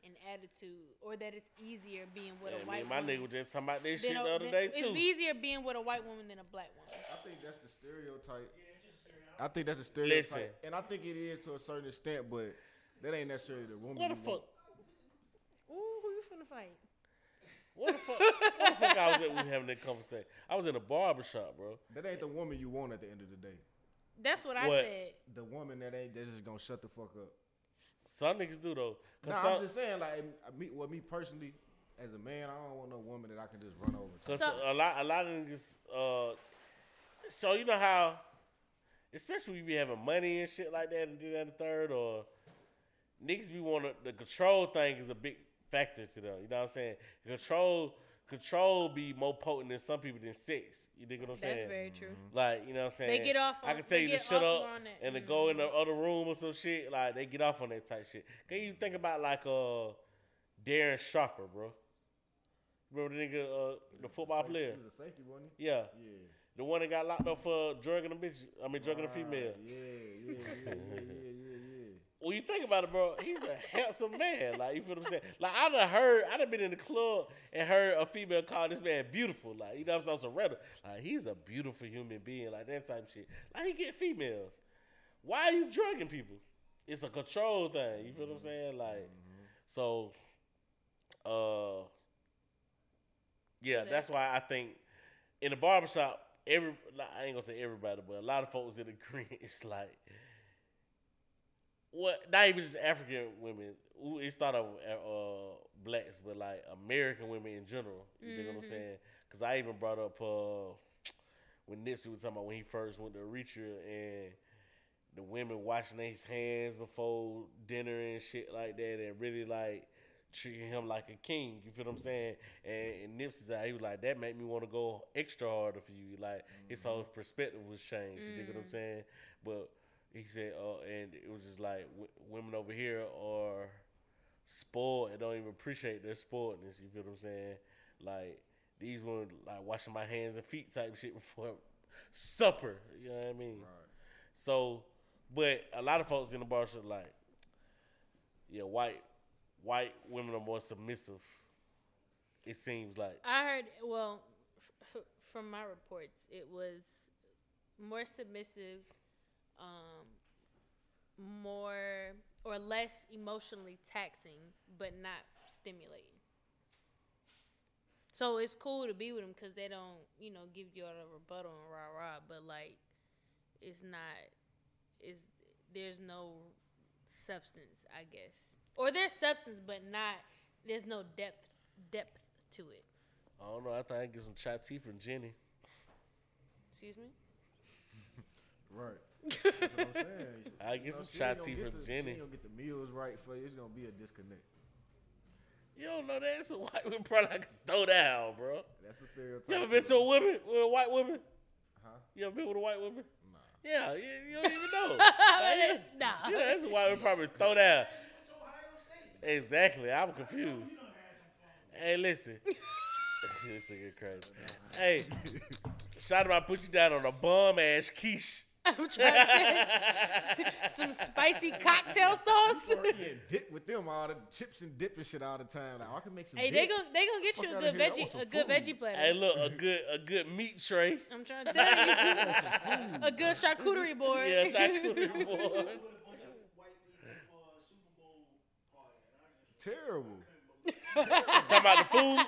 Speaker 3: and attitude, or that it's easier being with
Speaker 2: Yeah,
Speaker 3: a
Speaker 2: me
Speaker 3: white
Speaker 2: and my nigga
Speaker 3: woman.
Speaker 2: was just talking about this
Speaker 3: than
Speaker 2: shit
Speaker 3: a-
Speaker 2: the other
Speaker 3: than-
Speaker 2: day
Speaker 3: It's
Speaker 2: too.
Speaker 3: easier being with a white woman than a black woman.
Speaker 1: I think that's the stereotype. I think that's a stereotype,
Speaker 2: Listen.
Speaker 1: and I think it is to a certain extent, but that ain't necessarily the woman.
Speaker 2: What the
Speaker 1: you want.
Speaker 2: fuck?
Speaker 3: Ooh, who you finna fight?
Speaker 2: What the fuck? what the fuck? I was at when we having that conversation. I was in a barber shop, bro.
Speaker 1: That ain't the woman you want at the end of the day.
Speaker 3: That's what, I
Speaker 2: What?
Speaker 3: said.
Speaker 1: The woman that ain't that's just gonna shut the fuck up.
Speaker 2: Some niggas do though. 'Cause
Speaker 1: Nah, I'm
Speaker 2: some-
Speaker 1: just saying, like, I- me, well, me personally, as a man, I don't want no woman that I can just run over. To.
Speaker 2: Cause
Speaker 3: So-
Speaker 2: a lot, a lot of niggas. Uh, so you know how, especially when you be having money and shit like that, and do that and the third, or niggas be want the control thing is a big factor to them. You know what I'm saying? Control, control be more potent than some people than sex. You dig what I'm saying?
Speaker 3: That's very true.
Speaker 2: Like you know what I'm saying?
Speaker 3: get off
Speaker 2: I
Speaker 3: on-
Speaker 2: can tell
Speaker 3: they
Speaker 2: you to
Speaker 3: get
Speaker 2: shut
Speaker 3: off
Speaker 2: up
Speaker 3: on it.
Speaker 2: and to go in the other room or some shit. Like they get off on that type shit. Can you think about like uh Darren Sharper, bro? Remember the nigga, uh, the football
Speaker 1: He
Speaker 2: player?
Speaker 1: was a safety, wasn't he?
Speaker 2: Yeah,
Speaker 1: Yeah.
Speaker 2: the one that got locked up for drugging a bitch. I mean, drugging a
Speaker 1: Ah,
Speaker 2: female.
Speaker 1: Yeah, yeah, yeah, yeah, yeah, yeah, yeah.
Speaker 2: When you think about it, bro, he's a handsome man. Like you feel what I'm saying? Like I done heard, I done been in the club and heard a female call this man beautiful. Like you know what I'm saying? So random. Like he's a beautiful human being. Like that type of shit. Like he get females. Why are you drugging people? It's a control thing. You feel what I'm saying? Like so. Uh. Yeah,
Speaker 3: that-
Speaker 2: that's why I think in the barbershop, every like, I ain't gonna say everybody, but a lot of folks in the green, it's like what not even just African women. Ooh, It started with uh, blacks, but like American women in general. You know what I'm saying? Because I even brought up uh, when Nipsey was talking about when he first went to Eritrea and the women washing their hands before dinner and shit like that, and really like treating him like a king. You feel what I'm saying? And, and Nipsey's out, he was like, that made me want to go extra harder for you. Like his whole perspective was changed. You dig what I'm saying? But he said, uh, and it was just like w- women over here are spoiled and don't even appreciate their spoiledness. You feel what I'm saying? Like these women like washing my hands and feet type shit before supper. You know what I mean? So, but a lot of folks in the bar should like, yeah, white white women are more submissive. It seems like
Speaker 3: I heard. Well, f- f- from my reports, it was more submissive, um, more or less emotionally taxing, but not stimulating. So it's cool to be with them because they don't, you know, give you all the rebuttal and rah rah. But like, it's not. It's there's no substance, I guess, or there's substance, but not. There's no depth depth to it.
Speaker 2: I don't know. I think I get some chai tea from Jenny.
Speaker 3: Excuse me.
Speaker 1: Right. That's what I'm saying.
Speaker 2: I
Speaker 1: You
Speaker 2: get
Speaker 1: know,
Speaker 2: some
Speaker 1: she
Speaker 2: chai
Speaker 1: ain't gonna
Speaker 2: tea
Speaker 1: get
Speaker 2: from
Speaker 1: the- She
Speaker 2: Jenny.
Speaker 1: ain't gonna get the meals right for you. It's gonna be a disconnect.
Speaker 2: You don't know that? It's a white woman probably like a throw down, bro.
Speaker 1: That's a stereotype.
Speaker 2: You ever been to a woman with a white woman?
Speaker 1: Huh?
Speaker 2: You ever been with a white woman?
Speaker 1: Nah.
Speaker 2: Yeah, you, you don't even know. Like, yeah,
Speaker 3: Nah.
Speaker 2: yeah, that's why we probably throw down.
Speaker 4: Went to Ohio State.
Speaker 2: Exactly, I'm confused.
Speaker 4: You done had some fun.
Speaker 2: Hey, listen. this nigga crazy. Hey, shout out! I put you down on a bum ass quiche.
Speaker 3: I'm trying to some spicy cocktail sauce.
Speaker 1: Or eating dip with them all the chips and dip and shit all the time. Like, I can make some.
Speaker 3: Hey, they
Speaker 1: dip.
Speaker 3: gon' they gonna get you
Speaker 1: Fuck
Speaker 3: a
Speaker 1: outta here,
Speaker 3: good
Speaker 1: I want
Speaker 3: veggie
Speaker 1: some
Speaker 3: a good
Speaker 1: food.
Speaker 3: veggie platter.
Speaker 2: Hey, look, a good a good meat tray.
Speaker 3: I'm trying to tell you, a good charcuterie board.
Speaker 2: Yeah, charcuterie board.
Speaker 4: I was with a bunch of white people for a Super Bowl party, and I just
Speaker 1: terrible.
Speaker 2: Talking about the food.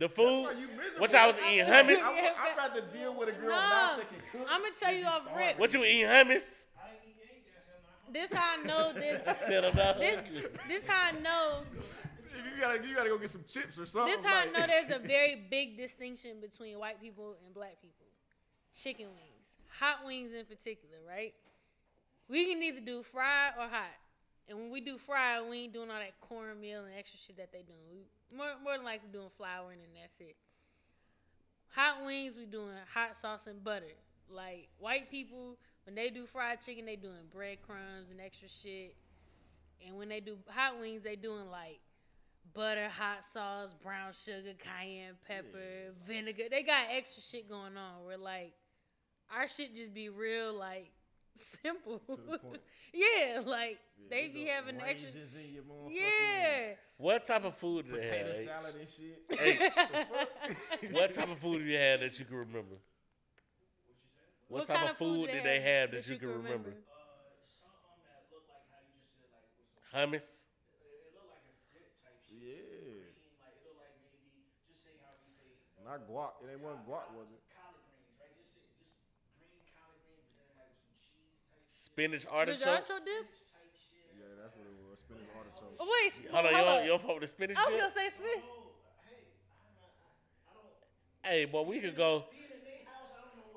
Speaker 2: The
Speaker 1: That's
Speaker 2: food.
Speaker 1: why you miserable.
Speaker 2: What y'all was eating
Speaker 1: I,
Speaker 2: hummus?
Speaker 1: I, I'd rather deal with a girl
Speaker 3: Nah.
Speaker 1: mouth that can cook.
Speaker 3: I'm gonna tell you off rip.
Speaker 2: What you eating hummus?
Speaker 4: I didn't eat anything. I said, I'm not hungry.
Speaker 3: This how I know this.
Speaker 2: Set 'em down.
Speaker 3: This this how I know.
Speaker 1: You gotta, you gotta go get some chips or something.
Speaker 3: This how I
Speaker 1: like-
Speaker 3: know there's a very big distinction between white people and black people. Chicken wings, hot wings in particular, right? We can either do fried or hot. And when we do fried, we ain't doing all that cornmeal and extra shit that they doing. We more, more than likely doing flouring and that's it. Hot wings, we doing hot sauce and butter. Like white people, when they do fried chicken, they doing breadcrumbs and extra shit. And when they do hot wings, they doing like butter, hot sauce, brown sugar, cayenne pepper, vinegar. They got extra shit going on. Where like our shit just be real like simple.
Speaker 1: To the point.
Speaker 3: yeah, like
Speaker 1: Yeah,
Speaker 3: they
Speaker 1: go
Speaker 3: be having the extra.
Speaker 1: raisins in your motherfucking
Speaker 3: Yeah.
Speaker 2: What type of food do they
Speaker 1: Potato
Speaker 2: have? H?
Speaker 1: salad and shit.
Speaker 2: H,
Speaker 1: fuck?
Speaker 2: what type of food do you have that you can remember?
Speaker 3: What
Speaker 2: What, type
Speaker 3: kind
Speaker 2: of food
Speaker 3: do
Speaker 2: did they have that you
Speaker 3: can
Speaker 2: can remember?
Speaker 4: Uh, something that looked like how you just said, like, with some,
Speaker 2: Hummus.
Speaker 4: it it looked like a dip type shit.
Speaker 1: Yeah.
Speaker 4: Green, like, it looked like maybe, just say how we say,
Speaker 1: Not guac. It ain't one guac, was it?
Speaker 4: collard greens, right? Just, say- just green collard greens, but then, like, with some cheese type
Speaker 2: Spinach
Speaker 3: Spinach
Speaker 2: artichoke.
Speaker 3: artichoke dip?
Speaker 4: type shit.
Speaker 1: Yeah, that's what it was. Spinach artichoke.
Speaker 3: Oh, wait, sp-
Speaker 2: Hold on,
Speaker 3: hold
Speaker 2: y'all,
Speaker 3: up.
Speaker 2: y'all fuck with the spinach
Speaker 3: I was
Speaker 2: dip?
Speaker 3: gonna say spin.
Speaker 2: Hey, boy, we could go.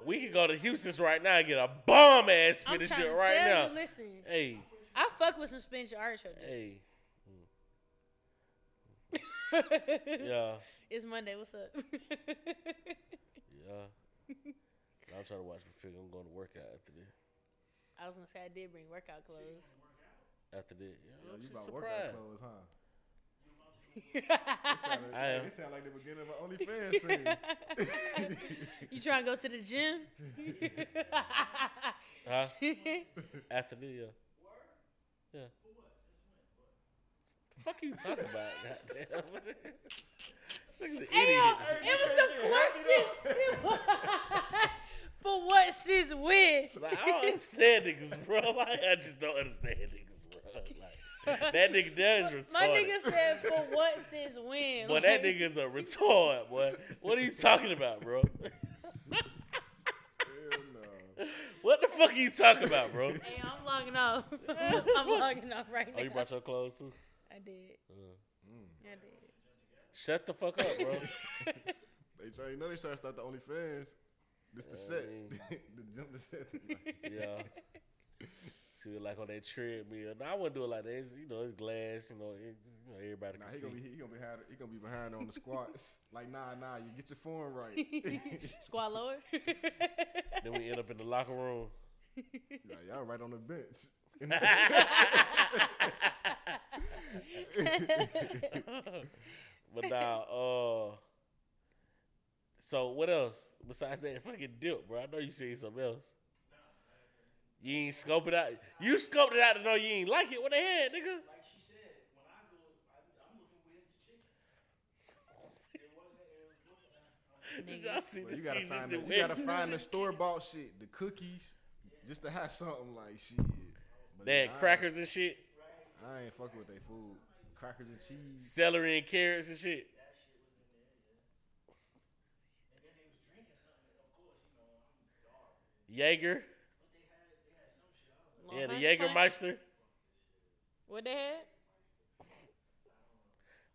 Speaker 2: We could go to Houston's right now and get a bomb ass
Speaker 3: I'm
Speaker 2: spinach
Speaker 3: trying to
Speaker 2: dip
Speaker 3: tell
Speaker 2: right now.
Speaker 3: you, listen,
Speaker 2: Hey,
Speaker 3: I fuck with some spinach artichoke dip.
Speaker 2: hey, yeah,
Speaker 3: it's Monday. What's up?
Speaker 2: yeah. I'm trying to watch my figure. I'm going to work out after this.
Speaker 3: I was gonna say I did bring workout clothes.
Speaker 2: After this, yeah,
Speaker 1: Yo,
Speaker 2: I'm
Speaker 1: you
Speaker 2: just
Speaker 1: about workout
Speaker 2: surprised.
Speaker 1: clothes, huh?
Speaker 3: you
Speaker 1: Hey,
Speaker 2: am.
Speaker 1: It sound like the beginning of an OnlyFans scene.
Speaker 3: trying to go to the gym?
Speaker 2: Huh? After this, yeah. Yeah. The fuck you talking about? Goddamn. this nigga's an
Speaker 3: Hey, yo,
Speaker 2: idiot.
Speaker 3: it was the question. For what she's with.
Speaker 2: Like, I don't understand niggas, bro. Like, I just don't understand niggas, bro. Like, that nigga there is retarded.
Speaker 3: My nigga said, "For what sis win?"
Speaker 2: Boy, that nigga's a retard, boy. What are you talking about, bro?
Speaker 1: Hell no.
Speaker 2: What the fuck are you talking about, bro?
Speaker 3: Hey, I'm logging off. I'm logging off right now.
Speaker 2: Oh, you brought your clothes too?
Speaker 3: I did.
Speaker 2: Uh.
Speaker 3: I did.
Speaker 2: Shut the fuck up, bro.
Speaker 1: They try, you know they trying to start the OnlyFans. This the
Speaker 2: Yeah, I
Speaker 1: set.
Speaker 2: mean-
Speaker 1: the jump the set.
Speaker 2: Yeah. See, it like on that treadmill. No, I wouldn't do it like that. It's, you know, it's glass. You know, it, you know everybody
Speaker 1: Nah,
Speaker 2: can
Speaker 1: he
Speaker 2: see.
Speaker 1: gonna be he gonna be behind he gonna be behind on the squats. like nah nah, you get your form right. like,
Speaker 3: Squad lower.
Speaker 2: then we end up in the locker room.
Speaker 1: Y'all right on the bench. In
Speaker 2: but now, uh, so what else besides that fucking dip, bro? I know you seen something else. You ain't scope it out. You scoped it out to know you ain't like it. What the hell, nigga?
Speaker 4: Like she said, when I go, I, I'm looking where's the chicken. It wasn't. It was looking. At, um,
Speaker 2: Did y'all see
Speaker 1: Well,
Speaker 2: this?
Speaker 1: you gotta
Speaker 2: shit
Speaker 1: find the,
Speaker 2: just in
Speaker 1: you gotta
Speaker 2: Wegmans?
Speaker 1: find the store bought shit, the cookies, just to have something like shit. But
Speaker 2: They
Speaker 1: nah,
Speaker 2: had crackers and shit,
Speaker 1: I, ain't fucking with they food. Crackers and cheese.
Speaker 2: celery and carrots and shit.
Speaker 4: and then they was drinking something. Of course, you know I'm dark.
Speaker 2: Jaeger.
Speaker 4: They had
Speaker 2: Yeah,
Speaker 4: they had some shit. I was like,
Speaker 2: the Jaegermeister.
Speaker 3: What the heck?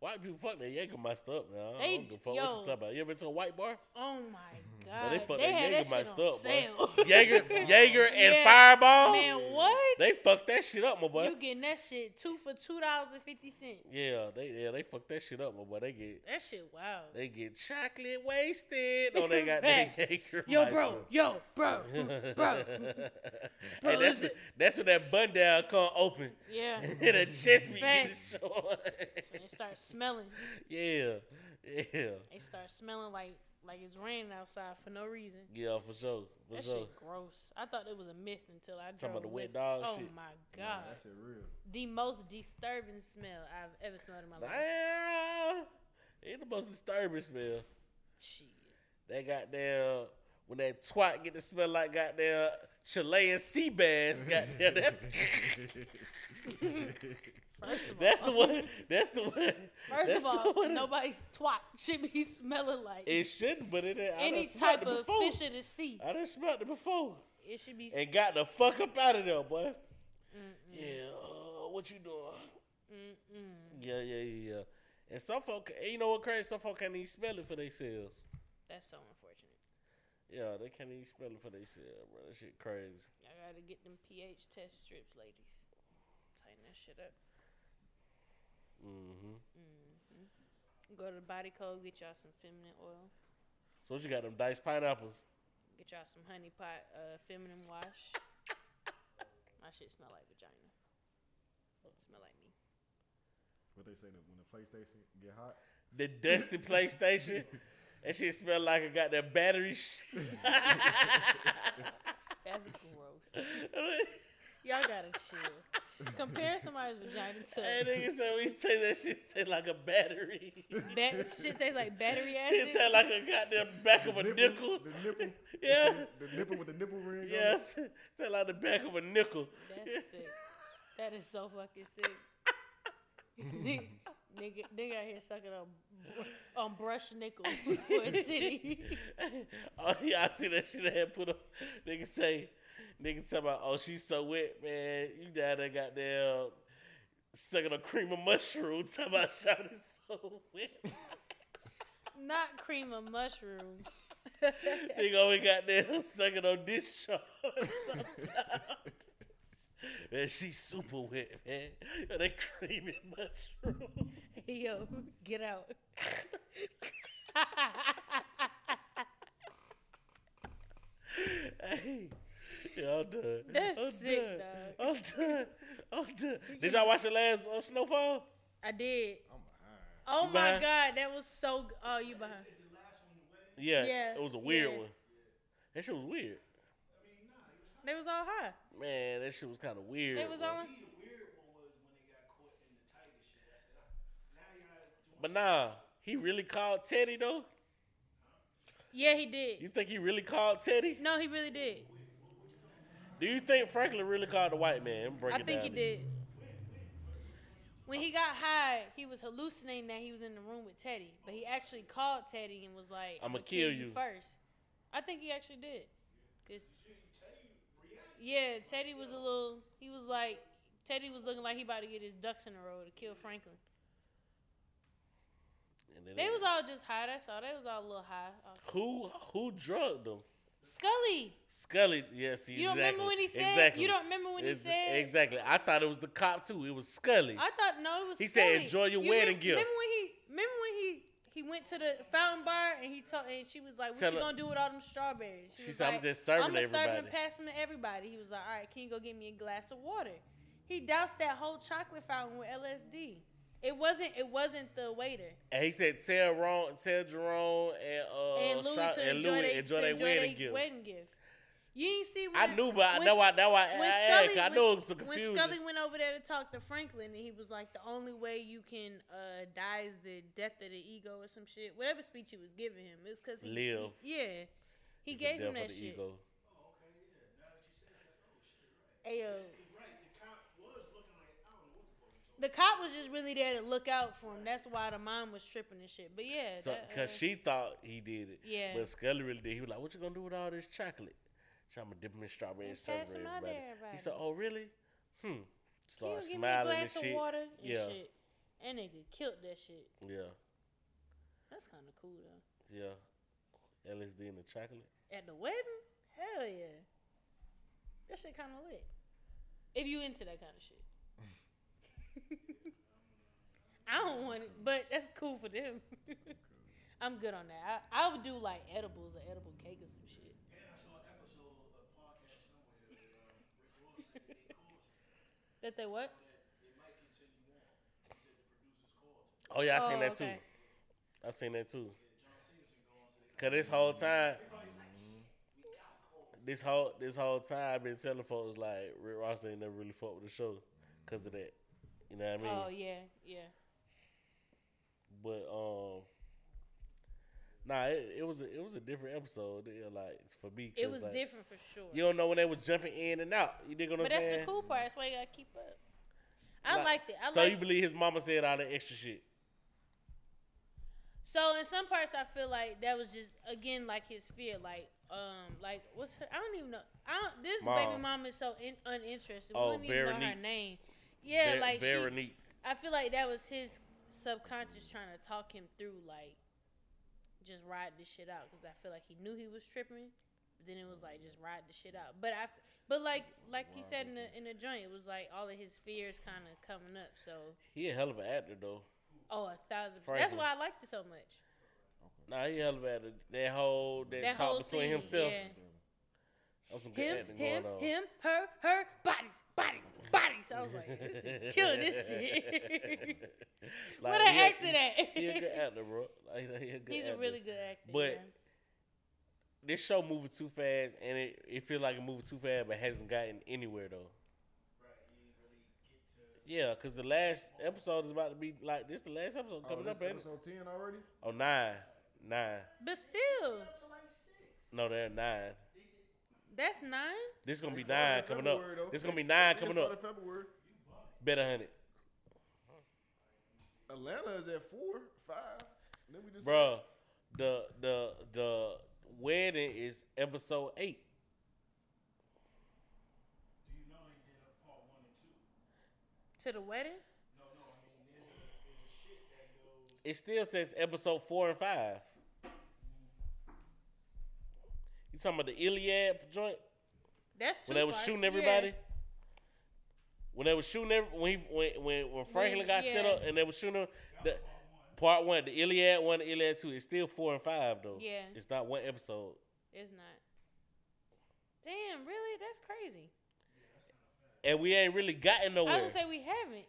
Speaker 2: White people fuck that Jaegermeister up, man. I
Speaker 3: They-
Speaker 2: don't give a fuck what you
Speaker 3: yo.
Speaker 2: talking about. You ever been to a white bar?
Speaker 3: Oh my
Speaker 2: No,
Speaker 3: god.
Speaker 2: they fucked
Speaker 3: they
Speaker 2: that
Speaker 3: had that shit
Speaker 2: Jägermeister
Speaker 3: on
Speaker 2: up,
Speaker 3: sale.
Speaker 2: boy. Jaeger, Jaeger and
Speaker 3: Yeah.
Speaker 2: Fireballs.
Speaker 3: Man, what?
Speaker 2: They fucked that shit up, my boy.
Speaker 3: You getting that shit two for two dollars and fifty cents?
Speaker 2: yeah, they yeah they fucked that shit up, my boy. They get
Speaker 3: That shit wow.
Speaker 2: they get chocolate wasted. Oh, they got that Jaegermeister.
Speaker 3: Yo, bro. Yo, bro. bro. Bro,
Speaker 2: and that's
Speaker 3: is
Speaker 2: when-
Speaker 3: it-
Speaker 2: that's when that bun down come open.
Speaker 3: Yeah.
Speaker 2: and the chest meat get
Speaker 3: Facts.
Speaker 2: to show.
Speaker 3: And it starts smelling.
Speaker 2: yeah, yeah,
Speaker 3: It starts smelling like like it's raining outside for no reason.
Speaker 2: yeah, for sure, for
Speaker 3: That
Speaker 2: sure.
Speaker 3: shit gross. I thought it was a myth until I
Speaker 2: Talking about
Speaker 3: drove
Speaker 2: the
Speaker 3: with
Speaker 2: wet
Speaker 3: it.
Speaker 2: dog
Speaker 3: Oh
Speaker 2: shit.
Speaker 3: my god.
Speaker 1: Nah, that shit real.
Speaker 3: the most disturbing smell I've ever smelled in my life.
Speaker 2: Nah, it the most disturbing smell.
Speaker 3: Shit.
Speaker 2: That goddamn when that twat get to smell like goddamn Chilean sea bass. Goddamn, that's
Speaker 3: First of all,
Speaker 2: that's the one. That's the one.
Speaker 3: First
Speaker 2: that's
Speaker 3: of
Speaker 2: the
Speaker 3: all,
Speaker 2: one.
Speaker 3: nobody's twat should be smelling like
Speaker 2: It shouldn't, but it ain't.
Speaker 3: any
Speaker 2: I done smelled
Speaker 3: type
Speaker 2: it
Speaker 3: of
Speaker 2: before.
Speaker 3: fish of the sea.
Speaker 2: I done smelled it before
Speaker 3: It should be.
Speaker 2: and got the fuck up out of there, boy. Yeah, uh, what you doing?
Speaker 3: Mm-mm.
Speaker 2: Yeah, yeah, yeah. yeah. And some folk, and you know what crazy? Some folk can't even smell it for themselves.
Speaker 3: That's so unfortunate.
Speaker 2: Yeah, they can't even smell it for themselves, bro. That shit crazy.
Speaker 3: I gotta get them pH test strips, ladies. Tighten that shit up.
Speaker 2: hmm
Speaker 3: Go to the Body Code, get y'all some feminine oil,
Speaker 2: So what you got? Them diced pineapples.
Speaker 3: get y'all some honey pot uh, feminine wash. My shit smell like vagina. Smell like me.
Speaker 1: What they say that when the PlayStation get hot.
Speaker 2: the dusty PlayStation. That shit smelled like it got that battery. Sh-
Speaker 3: That's gross. Y'all gotta chill. Compare somebody's vagina to
Speaker 2: hey, nigga said we taste that shit taste like a battery.
Speaker 3: that shit tastes like battery acid.
Speaker 2: shit taste like a goddamn back of a nickel.
Speaker 1: The nipple.
Speaker 2: Yeah.
Speaker 1: The nipple with the nipple ring. on it.
Speaker 2: Yeah, taste like the back of a nickel.
Speaker 3: That's sick. That is so fucking sick. nigga, nigga, nigga out here sucking on on brush nickel for a titty.
Speaker 2: oh yeah, I see that shit I had put up. Nigga say, nigga talking about, oh she's so wet, man. You down there goddamn sucking a cream of mushrooms. Talking about shot is so wet.
Speaker 3: Not cream of mushroom.
Speaker 2: Nigga always got there sucking on discharge. sometimes. man, she's super wet, man. Yo, That creamy mushroom.
Speaker 3: Yo, get out.
Speaker 2: hey. Yeah, I'm done.
Speaker 3: That's
Speaker 2: I'm
Speaker 3: sick,
Speaker 2: done. I'm done. I'm done. Did y'all watch the last uh, Snowfall?
Speaker 3: I did.
Speaker 1: I'm behind.
Speaker 3: Oh
Speaker 2: You
Speaker 3: my
Speaker 2: behind?
Speaker 3: god, that was so. G- oh, you behind?
Speaker 2: Yeah,
Speaker 3: Yeah,
Speaker 2: It was a weird
Speaker 3: yeah.
Speaker 2: one. That shit was weird.
Speaker 3: They was all high.
Speaker 2: Man, that shit was kind of weird.
Speaker 3: They was
Speaker 2: bro.
Speaker 3: all.
Speaker 4: the weird one was when they got caught in the tiger shit. I said, "Ah, now you're not doing.
Speaker 2: But nah, he really called Teddy though.
Speaker 3: Yeah, he did.
Speaker 2: You think he really called Teddy?
Speaker 3: No, he really did.
Speaker 2: Do you think Franklin really called the white man? I'm breaking
Speaker 3: I think he
Speaker 2: down
Speaker 3: did. When he got high, he was hallucinating that he was in the room with Teddy, but he actually called Teddy and was like, "I'ma
Speaker 2: "I'ma kill you."
Speaker 3: first. I think he actually did. 'Cause- yeah, Teddy was a little. He was like, Teddy was looking like he about to get his ducks in a row to kill Franklin.
Speaker 2: And then
Speaker 3: They was all just high. That's all. They was all a little high. Uh,
Speaker 2: who who drugged them?
Speaker 3: Scully.
Speaker 2: Scully, yes,
Speaker 3: You don't remember
Speaker 2: exactly,
Speaker 3: when he said?
Speaker 2: exactly.
Speaker 3: You don't remember when
Speaker 2: It's-
Speaker 3: he said?
Speaker 2: exactly. I thought it was the cop too. It was Scully.
Speaker 3: I thought no, it was.
Speaker 2: He
Speaker 3: Scully.
Speaker 2: said, "Enjoy your
Speaker 3: You
Speaker 2: wedding
Speaker 3: remem-
Speaker 2: gift."
Speaker 3: Remember when he? Remember when he? He went to the fountain bar and he told, and she was like, "What
Speaker 2: Tell
Speaker 3: you
Speaker 2: her-
Speaker 3: gonna do with all them strawberries?"
Speaker 2: She
Speaker 3: was
Speaker 2: said, "I'm
Speaker 3: like,
Speaker 2: just serving
Speaker 3: I'ma serve 'em and
Speaker 2: everybody."
Speaker 3: pass them to everybody." He was like, "All right, can you go get me a glass of water?" He doused that whole chocolate fountain with LSD. It wasn't. It wasn't the waiter.
Speaker 2: and he said, "Tell Ron, tell Jerome, and uh,
Speaker 3: and Louis
Speaker 2: Sha-
Speaker 3: to
Speaker 2: and
Speaker 3: enjoy,
Speaker 2: Louis
Speaker 3: they,
Speaker 2: enjoy
Speaker 3: to
Speaker 2: their
Speaker 3: enjoy
Speaker 2: wedding
Speaker 3: they
Speaker 2: gift."
Speaker 3: wedding gift. You ain't see.
Speaker 2: I
Speaker 3: When,
Speaker 2: knew, but I
Speaker 3: when
Speaker 2: know why. Now I,
Speaker 3: when
Speaker 2: I,
Speaker 3: Scully,
Speaker 2: I, I
Speaker 3: when-
Speaker 2: know it was some
Speaker 3: When
Speaker 2: confusion.
Speaker 3: Scully went over there to talk to Franklin, and he was like, "The only way you can uh, die is the death of the ego or some shit." Whatever speech you was giving him, it was because he
Speaker 2: Live.
Speaker 3: he- yeah, he
Speaker 2: It's the
Speaker 3: gave
Speaker 2: death
Speaker 3: him
Speaker 2: of
Speaker 3: that
Speaker 2: the
Speaker 3: shit.
Speaker 2: ego.
Speaker 3: Ayo.
Speaker 4: Right, the cop was looking like I don't know what the fuck he told.
Speaker 3: The cop was just really there to look out for him. That's why the mom was tripping and shit. But yeah,
Speaker 2: So,
Speaker 3: that,
Speaker 2: cause
Speaker 3: uh,
Speaker 2: she thought he did it,
Speaker 3: Yeah.
Speaker 2: But Scully really did. He was like, "What you gonna do with all this chocolate?" So I'm gonna dip 'em in strawberry
Speaker 3: And
Speaker 2: and serve
Speaker 3: pass 'em out
Speaker 2: everybody.
Speaker 3: to everybody.
Speaker 2: He said, "Oh really?
Speaker 3: "Can
Speaker 2: Hmm." Start
Speaker 3: you give me a
Speaker 2: smiling
Speaker 3: glass
Speaker 2: and
Speaker 3: of
Speaker 2: shit.
Speaker 3: water and
Speaker 2: Yeah.
Speaker 3: shit. That nigga killed that shit.
Speaker 2: Yeah,
Speaker 3: That's kind of cool though.
Speaker 2: yeah. LSD and the chocolate.
Speaker 3: At the wedding, hell yeah, that shit kind of lit. If you into that kind of shit, I don't want it, but that's cool for them. I'm good on that. I, I would do like edibles or edible cake or some shit.
Speaker 4: And I saw an episode of a podcast somewhere where um, Rick Ross said that they called him
Speaker 3: That they what?
Speaker 4: that it might continue on. He said the producers called him.
Speaker 2: Oh yeah, I
Speaker 3: Oh,
Speaker 2: seen that
Speaker 3: okay.
Speaker 2: too. I seen that too. Cause this whole time, this whole this whole time, I've been telling folks like Rick Ross ain't never really fought with the show, cause of that. You know what I mean?
Speaker 3: Oh yeah, yeah.
Speaker 2: But um, nah, it, it was a, it was a different episode. It, like for me,
Speaker 3: It
Speaker 2: 'cause,
Speaker 3: was
Speaker 2: like,
Speaker 3: different for sure.
Speaker 2: You don't know when they was jumping in and out. You dig what
Speaker 3: but
Speaker 2: I'm
Speaker 3: that's
Speaker 2: saying?
Speaker 3: the cool part. That's why you gotta keep up. I
Speaker 2: Like,
Speaker 3: liked it. I
Speaker 2: so
Speaker 3: liked
Speaker 2: you believe his mama said all that extra shit?
Speaker 3: So in some parts, I feel like that was just again like his fear, like um, like what's her? I don't even know. I don't, this baby
Speaker 2: Mom.
Speaker 3: mom is so in, uninterested.
Speaker 2: Oh,
Speaker 3: we don't even know her
Speaker 2: Veronique.
Speaker 3: name. Yeah,
Speaker 2: Ver-
Speaker 3: like she,
Speaker 2: Veronique.
Speaker 3: I feel like that was his subconscious trying to talk him through, like just ride this shit out. Because I feel like he knew he was tripping, but then it was like just ride the shit out. But I, but like like he said in the in the joint, it was like all of his fears kind of coming up. So
Speaker 2: He a hell of an actor though.
Speaker 3: oh, a thousand. That's
Speaker 2: Franklin.
Speaker 3: why I liked it so much.
Speaker 2: Nah, he a hell of an actor. That whole that,
Speaker 3: That
Speaker 2: talk
Speaker 3: whole
Speaker 2: between
Speaker 3: scene,
Speaker 2: himself.
Speaker 3: yeah.
Speaker 2: That was some good
Speaker 3: him,
Speaker 2: acting
Speaker 3: him,
Speaker 2: going on.
Speaker 3: him, her, her, bodies, bodies, bodies. I was like, this is killing this shit.
Speaker 2: Like,
Speaker 3: what an
Speaker 2: he a-
Speaker 3: accent at?
Speaker 2: He a good actor, bro. Like, he a good
Speaker 3: He's a
Speaker 2: actor.
Speaker 3: really good actor.
Speaker 2: But-
Speaker 3: man.
Speaker 2: This show moving too fast, and it, it feels like it moving too fast, but hasn't gotten anywhere though. Yeah, cause the last episode is about to be like this. The last episode
Speaker 1: Oh,
Speaker 2: coming
Speaker 1: this
Speaker 2: up, ain't it?
Speaker 1: episode ten already?
Speaker 2: Oh nine, nine.
Speaker 3: but still,
Speaker 2: No, they're nine.
Speaker 3: that's nine.
Speaker 2: This gonna be
Speaker 1: It started
Speaker 2: nine
Speaker 1: in
Speaker 2: coming
Speaker 1: February,
Speaker 2: up.
Speaker 1: though.
Speaker 2: This gonna be
Speaker 1: It-
Speaker 2: nine
Speaker 1: it
Speaker 2: coming
Speaker 1: started
Speaker 2: up.
Speaker 1: February.
Speaker 2: Better hundred,
Speaker 1: Atlanta is at four, five. Then we just
Speaker 2: Bruh, The the the wedding is episode eight.
Speaker 4: Do you know they did a part one and two?
Speaker 3: To the wedding,
Speaker 4: No, no. I mean, there's a, there's a shit that goes.
Speaker 2: It still says episode four and five. You talking about the Iliad joint
Speaker 3: that's two
Speaker 2: when they was
Speaker 3: parts,
Speaker 2: shooting
Speaker 3: yeah.
Speaker 2: everybody? When they was shooting every, when, he, when when when Franklin
Speaker 3: When-
Speaker 2: got set
Speaker 3: yeah.
Speaker 2: up and they was shooting her- the part one, the Iliad one, the Iliad two. It's still four and five though.
Speaker 3: Yeah.
Speaker 2: it's not one episode.
Speaker 3: It's not. Damn, really? That's crazy.
Speaker 2: and we ain't really gotten
Speaker 3: I was
Speaker 2: nowhere.
Speaker 3: gonna say we haven't,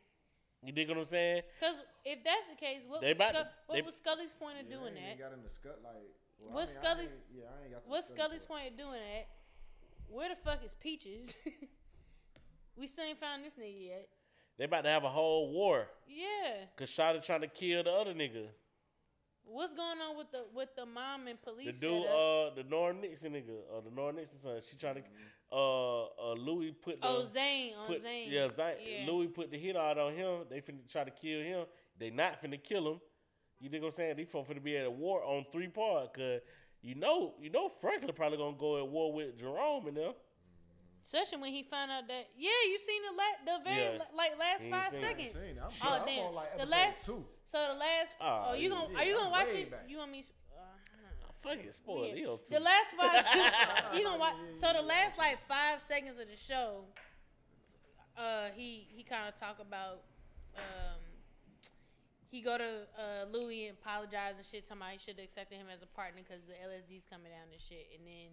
Speaker 2: you dig what I'm saying?
Speaker 3: because if that's the case, what
Speaker 2: They
Speaker 3: was,
Speaker 2: about
Speaker 3: Scu-
Speaker 2: to-
Speaker 3: what
Speaker 2: they-
Speaker 3: was Scully's point of
Speaker 1: Yeah,
Speaker 3: doing
Speaker 1: I ain't even
Speaker 3: that?
Speaker 1: Got in the scut like. Well,
Speaker 3: What's
Speaker 1: I mean, I
Speaker 3: Scully's-
Speaker 1: ain't- yeah, I ain't got. to
Speaker 3: What's
Speaker 1: the
Speaker 3: Scully's
Speaker 1: part.
Speaker 3: point of doing that? Where the fuck is Peaches? we still ain't found this nigga yet.
Speaker 2: They about to have a whole war
Speaker 3: Yeah.
Speaker 2: because Shada trying to kill the other nigga,
Speaker 3: What's going on with the with the mom and
Speaker 2: the
Speaker 3: police?
Speaker 2: dude,
Speaker 3: setup?
Speaker 2: uh, the Norm Nixon nigga, uh, the Norm Nixon son. She trying to, uh, uh, Louis put the,
Speaker 3: oh Zane on
Speaker 2: put,
Speaker 3: Zane.
Speaker 2: yeah, Zane,
Speaker 3: Yeah.
Speaker 2: Louis put the hit out on him. They finna try to kill him. They not finna kill him. You dig what I'm saying? These folks finna be at a war on three part because you know, you know, Franklin probably gonna go at war with Jerome and them.
Speaker 3: Especially when he found out that yeah, you seen the la- the very
Speaker 2: Yeah.
Speaker 3: la- like last
Speaker 2: He
Speaker 3: five
Speaker 2: seen it.
Speaker 1: I ain't
Speaker 3: seconds.
Speaker 1: seen it. I'm,
Speaker 3: Oh,
Speaker 1: I'm
Speaker 3: damn.
Speaker 1: on like
Speaker 3: The
Speaker 1: episode
Speaker 3: last-
Speaker 1: two.
Speaker 3: So the last
Speaker 2: Oh,
Speaker 3: oh you
Speaker 2: yeah.
Speaker 3: gonna are you
Speaker 1: Yeah,
Speaker 3: gonna
Speaker 1: I'm
Speaker 3: watch
Speaker 1: way
Speaker 3: it?
Speaker 1: back.
Speaker 3: You want me? s- Uh, I don't know.
Speaker 2: Fuck it, spoil it.
Speaker 3: Yeah.
Speaker 2: He on two.
Speaker 3: The last five, you gonna watch.
Speaker 1: Yeah,
Speaker 3: So the last like five seconds of the show, uh, he he kind of talk about, um, he go to uh Louis and apologize and shit. Talking about he should have accepted him as a partner because the LSD's coming down and shit. And then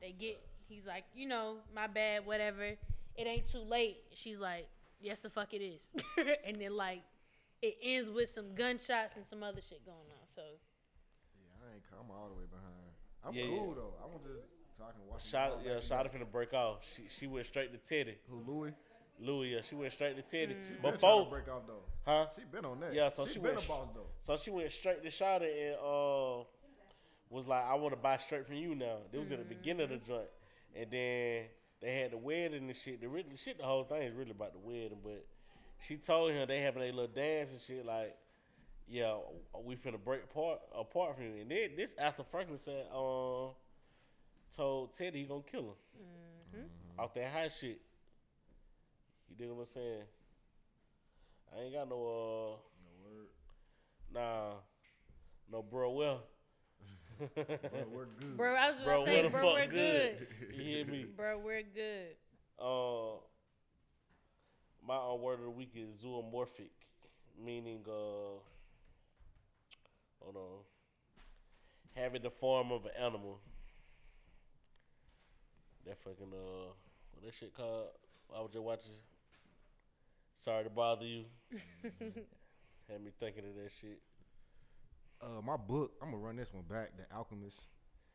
Speaker 3: they get, he's like, you know, my bad, whatever. It ain't too late. She's like, yes, the fuck it is. and then like, it ends with some gunshots and some other shit going on. So
Speaker 1: Yeah, I ain't. I'm all the way behind. I'm
Speaker 2: Yeah,
Speaker 1: cool
Speaker 2: yeah.
Speaker 1: though. I'm just talking. Watching
Speaker 2: Shot, yeah, shot finna break off. She, she went straight to Teddy.
Speaker 1: Who Louis?
Speaker 2: Louis, yeah, she went straight to Teddy.
Speaker 3: Mm.
Speaker 1: Been trying to
Speaker 2: Mm-hmm. Before,
Speaker 1: break off though.
Speaker 2: huh?
Speaker 1: She been on that.
Speaker 2: Yeah, so
Speaker 1: she,
Speaker 2: she
Speaker 1: been a
Speaker 2: went-
Speaker 1: boss though.
Speaker 2: So she went straight to Shada and uh, was like, I want to buy straight from you now. It was at the beginning of the joint. And then they had the wedding and shit. The, re- the shit, the whole thing is really about the wedding. But she told him they having a little dance and shit like, yeah, we finna break apart, apart from you. And then this after Franklin said, uh, told Teddy he gonna kill him. Off that high shit. You dig what I'm saying? I ain't got no, uh,
Speaker 1: No word.
Speaker 2: Nah, no, bro. Well,
Speaker 1: Bro, we're good.
Speaker 3: Bro, I was about
Speaker 2: bro,
Speaker 3: to
Speaker 2: what
Speaker 3: say,
Speaker 2: the
Speaker 3: bro, we're
Speaker 2: fuck
Speaker 3: good.
Speaker 2: good? You hear me?
Speaker 3: Bro, we're good.
Speaker 2: Uh, my uh, word of the week is zoomorphic, meaning uh, hold on, having the form of an animal. That fucking uh, what that shit called? I was just watching. Sorry to bother you. Had me thinking of that shit.
Speaker 1: Uh, my book. I'm gonna run this one back. The Alchemist.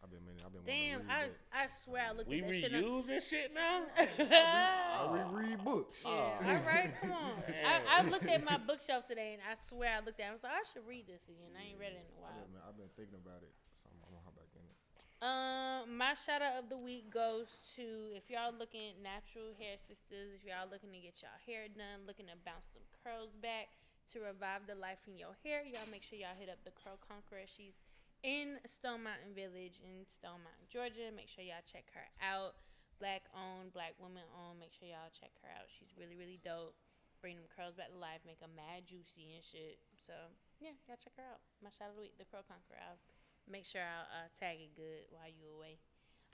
Speaker 1: I've been meaning. I've been
Speaker 3: Damn,
Speaker 1: wanting to
Speaker 3: I,
Speaker 1: read
Speaker 3: I swear I looked
Speaker 2: We
Speaker 3: at that shit. up.
Speaker 2: reusing shit now.
Speaker 3: Oh. yeah,
Speaker 1: that. I reread books. Oh.
Speaker 3: all right, come on. I, I looked at my bookshelf today and I swear I looked at it. I was like, I should read this again. I ain't read it in a
Speaker 1: I've,
Speaker 3: while.
Speaker 1: been, I've been thinking about it. So I'm, I'm gonna hop back in it.
Speaker 3: Um, my shout out of the week goes to if y'all looking at natural hair sisters, if y'all looking to get y'all hair done, looking to bounce them curls back to revive the life in your hair, y'all make sure y'all hit up the Curl Conqueror. She's in Stone Mountain Village in Stone Mountain, Georgia. Make sure y'all check her out. Black owned, black woman owned. Make sure y'all check her out. She's really, really dope. Bring them curls back to life, make them mad juicy and shit. So yeah, y'all check her out. My shout out of the week, the Curl Conqueror. I'll make sure I'll uh, tag it good while you away.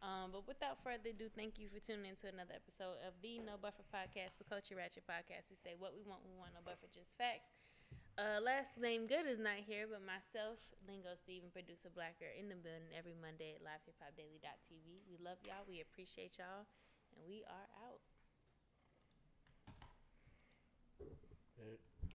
Speaker 3: Um, but without further ado, thank you for tuning in to another episode of the No Buffer Podcast, the Culture Ratchet Podcast. We say what we want, we want no buffer, just facts. Uh, last name good is not here, but myself, Lingo Steven, producer Black Girl, in the building every Monday at livehiphopdaily.tv. We love y'all, we appreciate y'all, and we are out.
Speaker 2: Yeah.